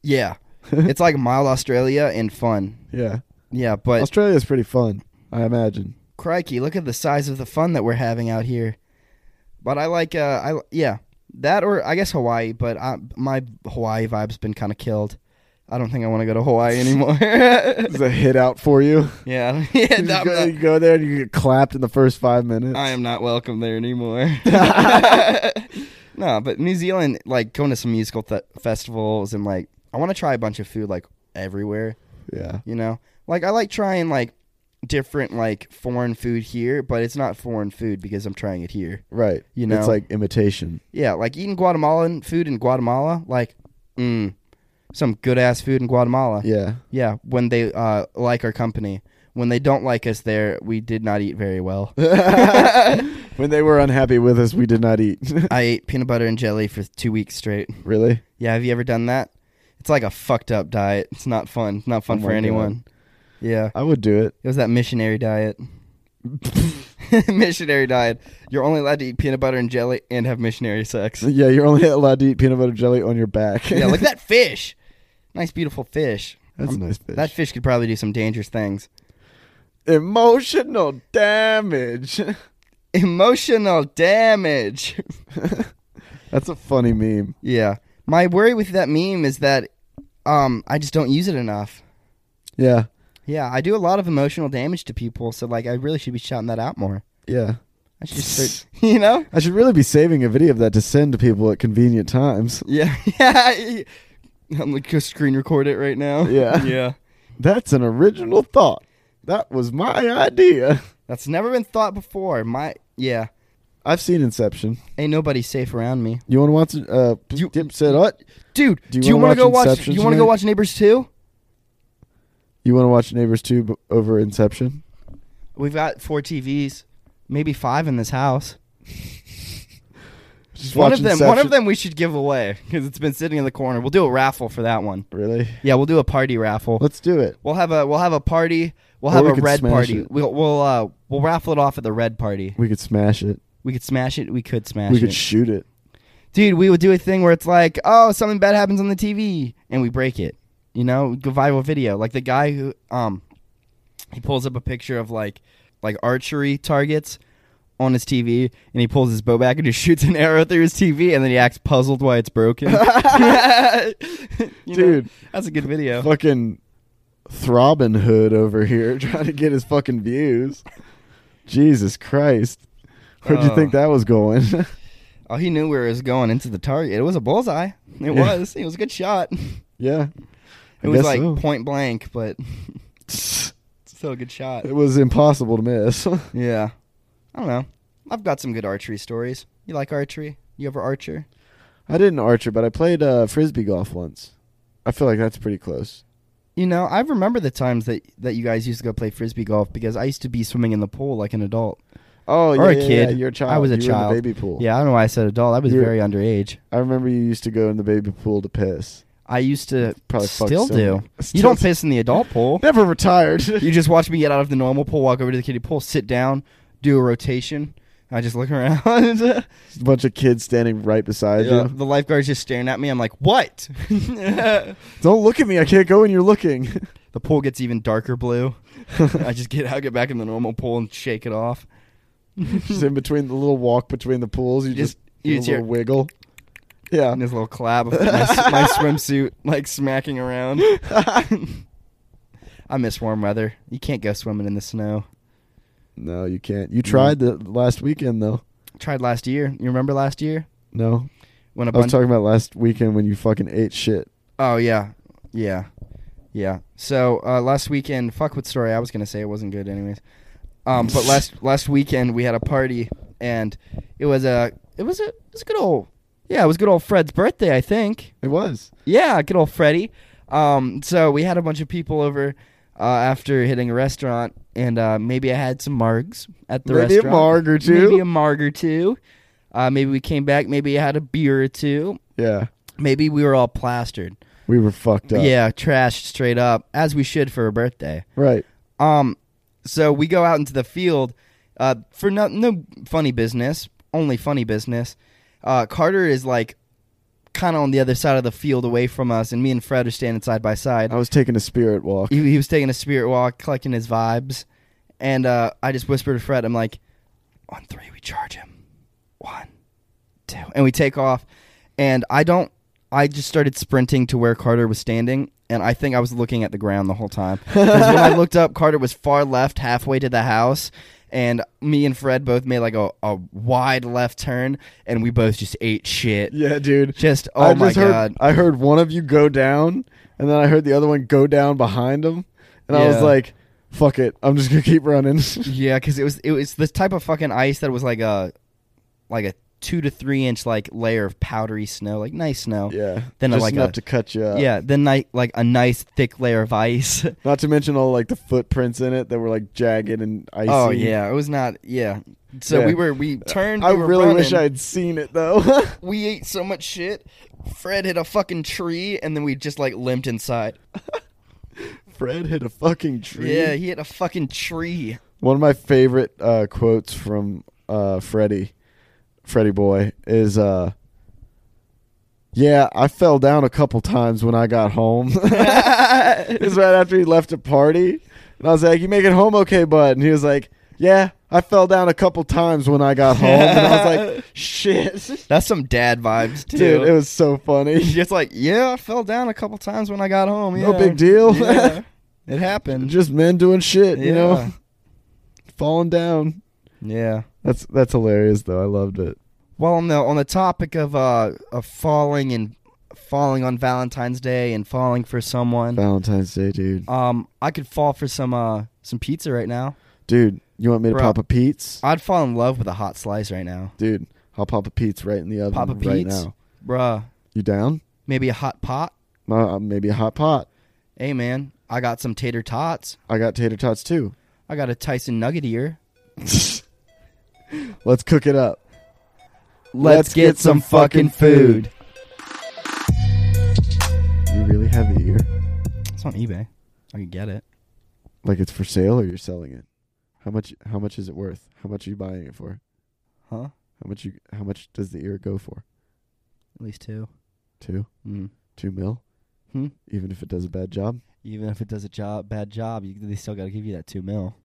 Speaker 2: Yeah, it's like mild Australia and fun.
Speaker 1: yeah
Speaker 2: Yeah, but
Speaker 1: australia's pretty fun i imagine
Speaker 2: crikey, look at the size of the fun that we're having out here. But I like, uh, I yeah, that or I guess Hawaii. But I, my Hawaii vibe's been kind of killed. I don't think I want to go to Hawaii anymore. yeah,
Speaker 1: it's a hit out for you
Speaker 2: I don't- yeah,
Speaker 1: you,
Speaker 2: that-
Speaker 1: go, you go there and you get clapped in the first five minutes
Speaker 2: I am not welcome there anymore. no, but New Zealand, like going to some musical th- festivals and like I want to try a bunch of food like everywhere.
Speaker 1: yeah
Speaker 2: You know, like I like trying like different like foreign food here, but it's not foreign food because I'm trying it here.
Speaker 1: right
Speaker 2: You know?
Speaker 1: it's like imitation
Speaker 2: Yeah, like eating Guatemalan food in Guatemala, like mm, some good ass food in Guatemala. Yeah.
Speaker 1: yeah
Speaker 2: when they uh, like our company. When they don't like us there, we did not eat very well.
Speaker 1: when they were unhappy with us we did not eat
Speaker 2: I ate peanut butter and jelly for two weeks straight.
Speaker 1: really
Speaker 2: Yeah, have you ever done that? It's like a fucked up diet. It's not fun. It's not fun
Speaker 1: Oh
Speaker 2: for
Speaker 1: my God.
Speaker 2: anyone. Yeah.
Speaker 1: i would do it
Speaker 2: It was that missionary diet. missionary diet. You're only allowed to eat peanut butter and jelly and have missionary sex.
Speaker 1: Yeah, you're only allowed to eat peanut butter jelly on your back.
Speaker 2: yeah, look at that fish. Nice, beautiful fish.
Speaker 1: That's
Speaker 2: I'm-
Speaker 1: a nice fish.
Speaker 2: That fish could probably do some dangerous things.
Speaker 1: Emotional damage.
Speaker 2: Emotional damage.
Speaker 1: That's a funny meme.
Speaker 2: yeah. My worry with that meme is that um I just don't use it enough.
Speaker 1: Yeah,
Speaker 2: Yeah, I do a lot of emotional damage to people, so like I really should be shouting that out more.
Speaker 1: yeah.
Speaker 2: I should just start, you know?
Speaker 1: I should really be saving a video of that to send to people at convenient times.
Speaker 2: Yeah. Yeah. I'm like go screen record it right now.
Speaker 1: Yeah.
Speaker 2: Yeah.
Speaker 1: That's an original thought. That was my idea.
Speaker 2: That's never been thought before. My yeah.
Speaker 1: I've seen Inception.
Speaker 2: Ain't nobody safe around me.
Speaker 1: You want to watch? Uh,
Speaker 2: You-
Speaker 1: Dip said what?
Speaker 2: Dude,
Speaker 1: Do
Speaker 2: do
Speaker 1: you
Speaker 2: you,
Speaker 1: wanna
Speaker 2: want to go
Speaker 1: watch
Speaker 2: watch?
Speaker 1: Inception
Speaker 2: you want to go
Speaker 1: tonight?
Speaker 2: watch Neighbors Two?
Speaker 1: You want to watch Neighbors two b- over Inception?
Speaker 2: We've got four TVs, maybe five in this house.
Speaker 1: Just
Speaker 2: one
Speaker 1: watch
Speaker 2: of them, one
Speaker 1: Inception.
Speaker 2: of them, we should give away because it's been sitting in the corner. We'll do a raffle for that one.
Speaker 1: Really?
Speaker 2: Yeah, we'll do a party raffle.
Speaker 1: Let's do it.
Speaker 2: We'll have a we'll have a party. We'll
Speaker 1: Or
Speaker 2: have
Speaker 1: we
Speaker 2: a
Speaker 1: could
Speaker 2: red
Speaker 1: smash
Speaker 2: party.
Speaker 1: it.
Speaker 2: We'll we'll uh, we'll raffle it off at the red party.
Speaker 1: We could smash it.
Speaker 2: We could smash it. We could smash
Speaker 1: we
Speaker 2: it.
Speaker 1: could shoot it.
Speaker 2: Dude, we would do a thing where it's like, oh, something bad happens on the TV, and we break it. You know, go viral video. Like the guy who um, he pulls up a picture of like like archery targets on his TV, and he pulls his bow back and just shoots an arrow through his TV, and then he acts puzzled why it's broken. You know?
Speaker 1: Dude.
Speaker 2: that's a good video.
Speaker 1: Fucking throbbing hood over here trying to get his fucking views. Jesus Christ. Where'd you
Speaker 2: Oh.
Speaker 1: think that was going?
Speaker 2: Oh, he knew where it was going into the target. It was a bullseye. It
Speaker 1: Yeah.
Speaker 2: was. It was a good shot.
Speaker 1: yeah. I
Speaker 2: It was
Speaker 1: guess
Speaker 2: like
Speaker 1: so.
Speaker 2: point blank, but still a good shot.
Speaker 1: It was impossible to miss.
Speaker 2: Yeah. I don't know. I've got some good archery stories. You like archery? You ever archer?
Speaker 1: I didn't archer, but I played uh, frisbee golf once. I feel like that's pretty close.
Speaker 2: You know, I remember the times that, that you guys used to go play frisbee golf because I used to be swimming in the pool like an adult.
Speaker 1: Oh, yeah,
Speaker 2: Or a
Speaker 1: yeah,
Speaker 2: kid.
Speaker 1: yeah, You're a child.
Speaker 2: I was
Speaker 1: You
Speaker 2: a
Speaker 1: were in the
Speaker 2: child.
Speaker 1: baby pool.
Speaker 2: Yeah, I don't know why I said adult. I was
Speaker 1: You're-
Speaker 2: very underage.
Speaker 1: I remember you used to go in the baby pool to piss.
Speaker 2: I used to
Speaker 1: Probably fucked
Speaker 2: still
Speaker 1: so
Speaker 2: do.
Speaker 1: many-
Speaker 2: You don't piss in the adult pool.
Speaker 1: Never retired.
Speaker 2: You just watch me get out of the normal pool, walk over to the kiddie pool, sit down, do a rotation. and I just look around. Yeah,
Speaker 1: a bunch of kids standing right beside you.
Speaker 2: the lifeguard's just staring at me. I'm like, what?
Speaker 1: Don't look at me. I can't go when you're looking.
Speaker 2: The pool gets even darker blue. I just get out, get back in the normal pool, and shake it off.
Speaker 1: just in between the little walk between the pools. You just,
Speaker 2: Just-
Speaker 1: do
Speaker 2: you
Speaker 1: a
Speaker 2: just
Speaker 1: little
Speaker 2: hear-
Speaker 1: wiggle. Yeah.
Speaker 2: And this little collab of my, my swimsuit, like smacking around. I miss warm weather. You can't go swimming in the snow.
Speaker 1: No, you can't. You tried the last weekend though.
Speaker 2: Tried last year. You remember last year
Speaker 1: No,
Speaker 2: when a
Speaker 1: I was
Speaker 2: bunch?
Speaker 1: talking about last weekend when you fucking ate shit.
Speaker 2: oh yeah, yeah, yeah. So uh, last weekend, fuck what story I was gonna say. It wasn't good, anyways. Um, but last last weekend we had a party, and it was a it was a it was a good old yeah it was good old Fred's birthday I think.
Speaker 1: It was.
Speaker 2: Yeah, good old Freddy. Um, so we had a bunch of people over uh, after hitting a restaurant, and uh, maybe I had some margs at the
Speaker 1: Maybe a
Speaker 2: restaurant.
Speaker 1: marg or two.
Speaker 2: Maybe a marg or two. Uh, maybe we came back. Maybe I had a beer or two.
Speaker 1: Yeah,
Speaker 2: Maybe we were all plastered.
Speaker 1: we were fucked up.
Speaker 2: Yeah, trashed straight up, as we should for a birthday.
Speaker 1: right.
Speaker 2: Um, so we go out into the field uh, for no no funny business, only funny business. Uh, Carter is like kind of on the other side of the field away from us, and me and Fred are standing side by side.
Speaker 1: I was taking a spirit walk.
Speaker 2: He, he was taking a spirit walk, collecting his vibes, and uh, I just whispered to Fred, "I'm like, on three, we charge him. One, two, and we take off." And I don't. I just started sprinting to where Carter was standing, and I think I was looking at the ground the whole time. 'Cause when I looked up, Carter was far left, halfway to the house, and me and Fred both made like a, a wide left turn, and we both just ate shit.
Speaker 1: Yeah, dude.
Speaker 2: Just oh
Speaker 1: I
Speaker 2: my
Speaker 1: just heard,
Speaker 2: god!
Speaker 1: I heard one of you go down, and then I heard the other one go down behind him, and I was
Speaker 2: Yeah.
Speaker 1: like, "Fuck it, I'm just gonna keep running."
Speaker 2: Yeah, because it was it was the type of fucking ice that was like a like a two to three inch like layer of powdery snow, like nice snow.
Speaker 1: yeah,
Speaker 2: Then I
Speaker 1: just
Speaker 2: like
Speaker 1: enough
Speaker 2: a-
Speaker 1: to cut you up.
Speaker 2: Yeah, then like like a nice thick layer of ice.
Speaker 1: Not to mention all like the footprints in it that were like jagged and icy.
Speaker 2: oh yeah, it was not. Yeah, so
Speaker 1: Yeah.
Speaker 2: we were we turned.
Speaker 1: I
Speaker 2: we were
Speaker 1: really wish I
Speaker 2: running.
Speaker 1: had seen it though.
Speaker 2: We ate so much shit. Fred hit a fucking tree, and then we just like limped inside.
Speaker 1: Fred hit a fucking tree.
Speaker 2: Yeah, he hit a fucking tree.
Speaker 1: One of my favorite uh, quotes from uh, Freddie, Freddie Boy, is uh, Yeah, I fell down a couple times when I got home. it was right after he left a party. And I was like, You make it home okay, bud? And he was like, Yeah, I fell down a couple times when I got home. and I was like, Shit.
Speaker 2: That's some dad vibes too.
Speaker 1: Dude, it was so funny.
Speaker 2: He's just like, yeah, I fell down a couple times when I got home.
Speaker 1: No
Speaker 2: yeah.
Speaker 1: big deal.
Speaker 2: Yeah. it happened.
Speaker 1: Just men doing shit, you
Speaker 2: Yeah.
Speaker 1: know? Falling down.
Speaker 2: Yeah.
Speaker 1: That's that's hilarious though. I loved it.
Speaker 2: Well, on the on the topic of uh of falling and falling on Valentine's Day and falling for someone,
Speaker 1: Valentine's Day, dude.
Speaker 2: um, I could fall for some uh some pizza right now.
Speaker 1: Dude, you want me to
Speaker 2: Bro.
Speaker 1: pop a Pete's?
Speaker 2: I'd fall in love with a hot slice right now.
Speaker 1: Dude, I'll pop a Pete's right in the oven
Speaker 2: Papa
Speaker 1: right
Speaker 2: Pete's?
Speaker 1: now.
Speaker 2: Bruh.
Speaker 1: You down?
Speaker 2: Maybe a hot pot?
Speaker 1: Uh, maybe a hot pot.
Speaker 2: Hey, man. I got some tater tots.
Speaker 1: I got tater tots too.
Speaker 2: I got a Tyson nugget ear.
Speaker 1: Let's cook it up.
Speaker 2: Let's get some fucking food.
Speaker 1: You really have the ear?
Speaker 2: It's on eBay. I can get it.
Speaker 1: Like it's for sale or you're selling it? How much how much is it worth? How much are you buying it for?
Speaker 2: Huh?
Speaker 1: How much you how much does the ear go for?
Speaker 2: At least two.
Speaker 1: Two?
Speaker 2: Mm.
Speaker 1: Two mil?
Speaker 2: Hmm.
Speaker 1: Even if it does a bad job?
Speaker 2: Even if it does a job, bad job, you, they still got to give you that two mil.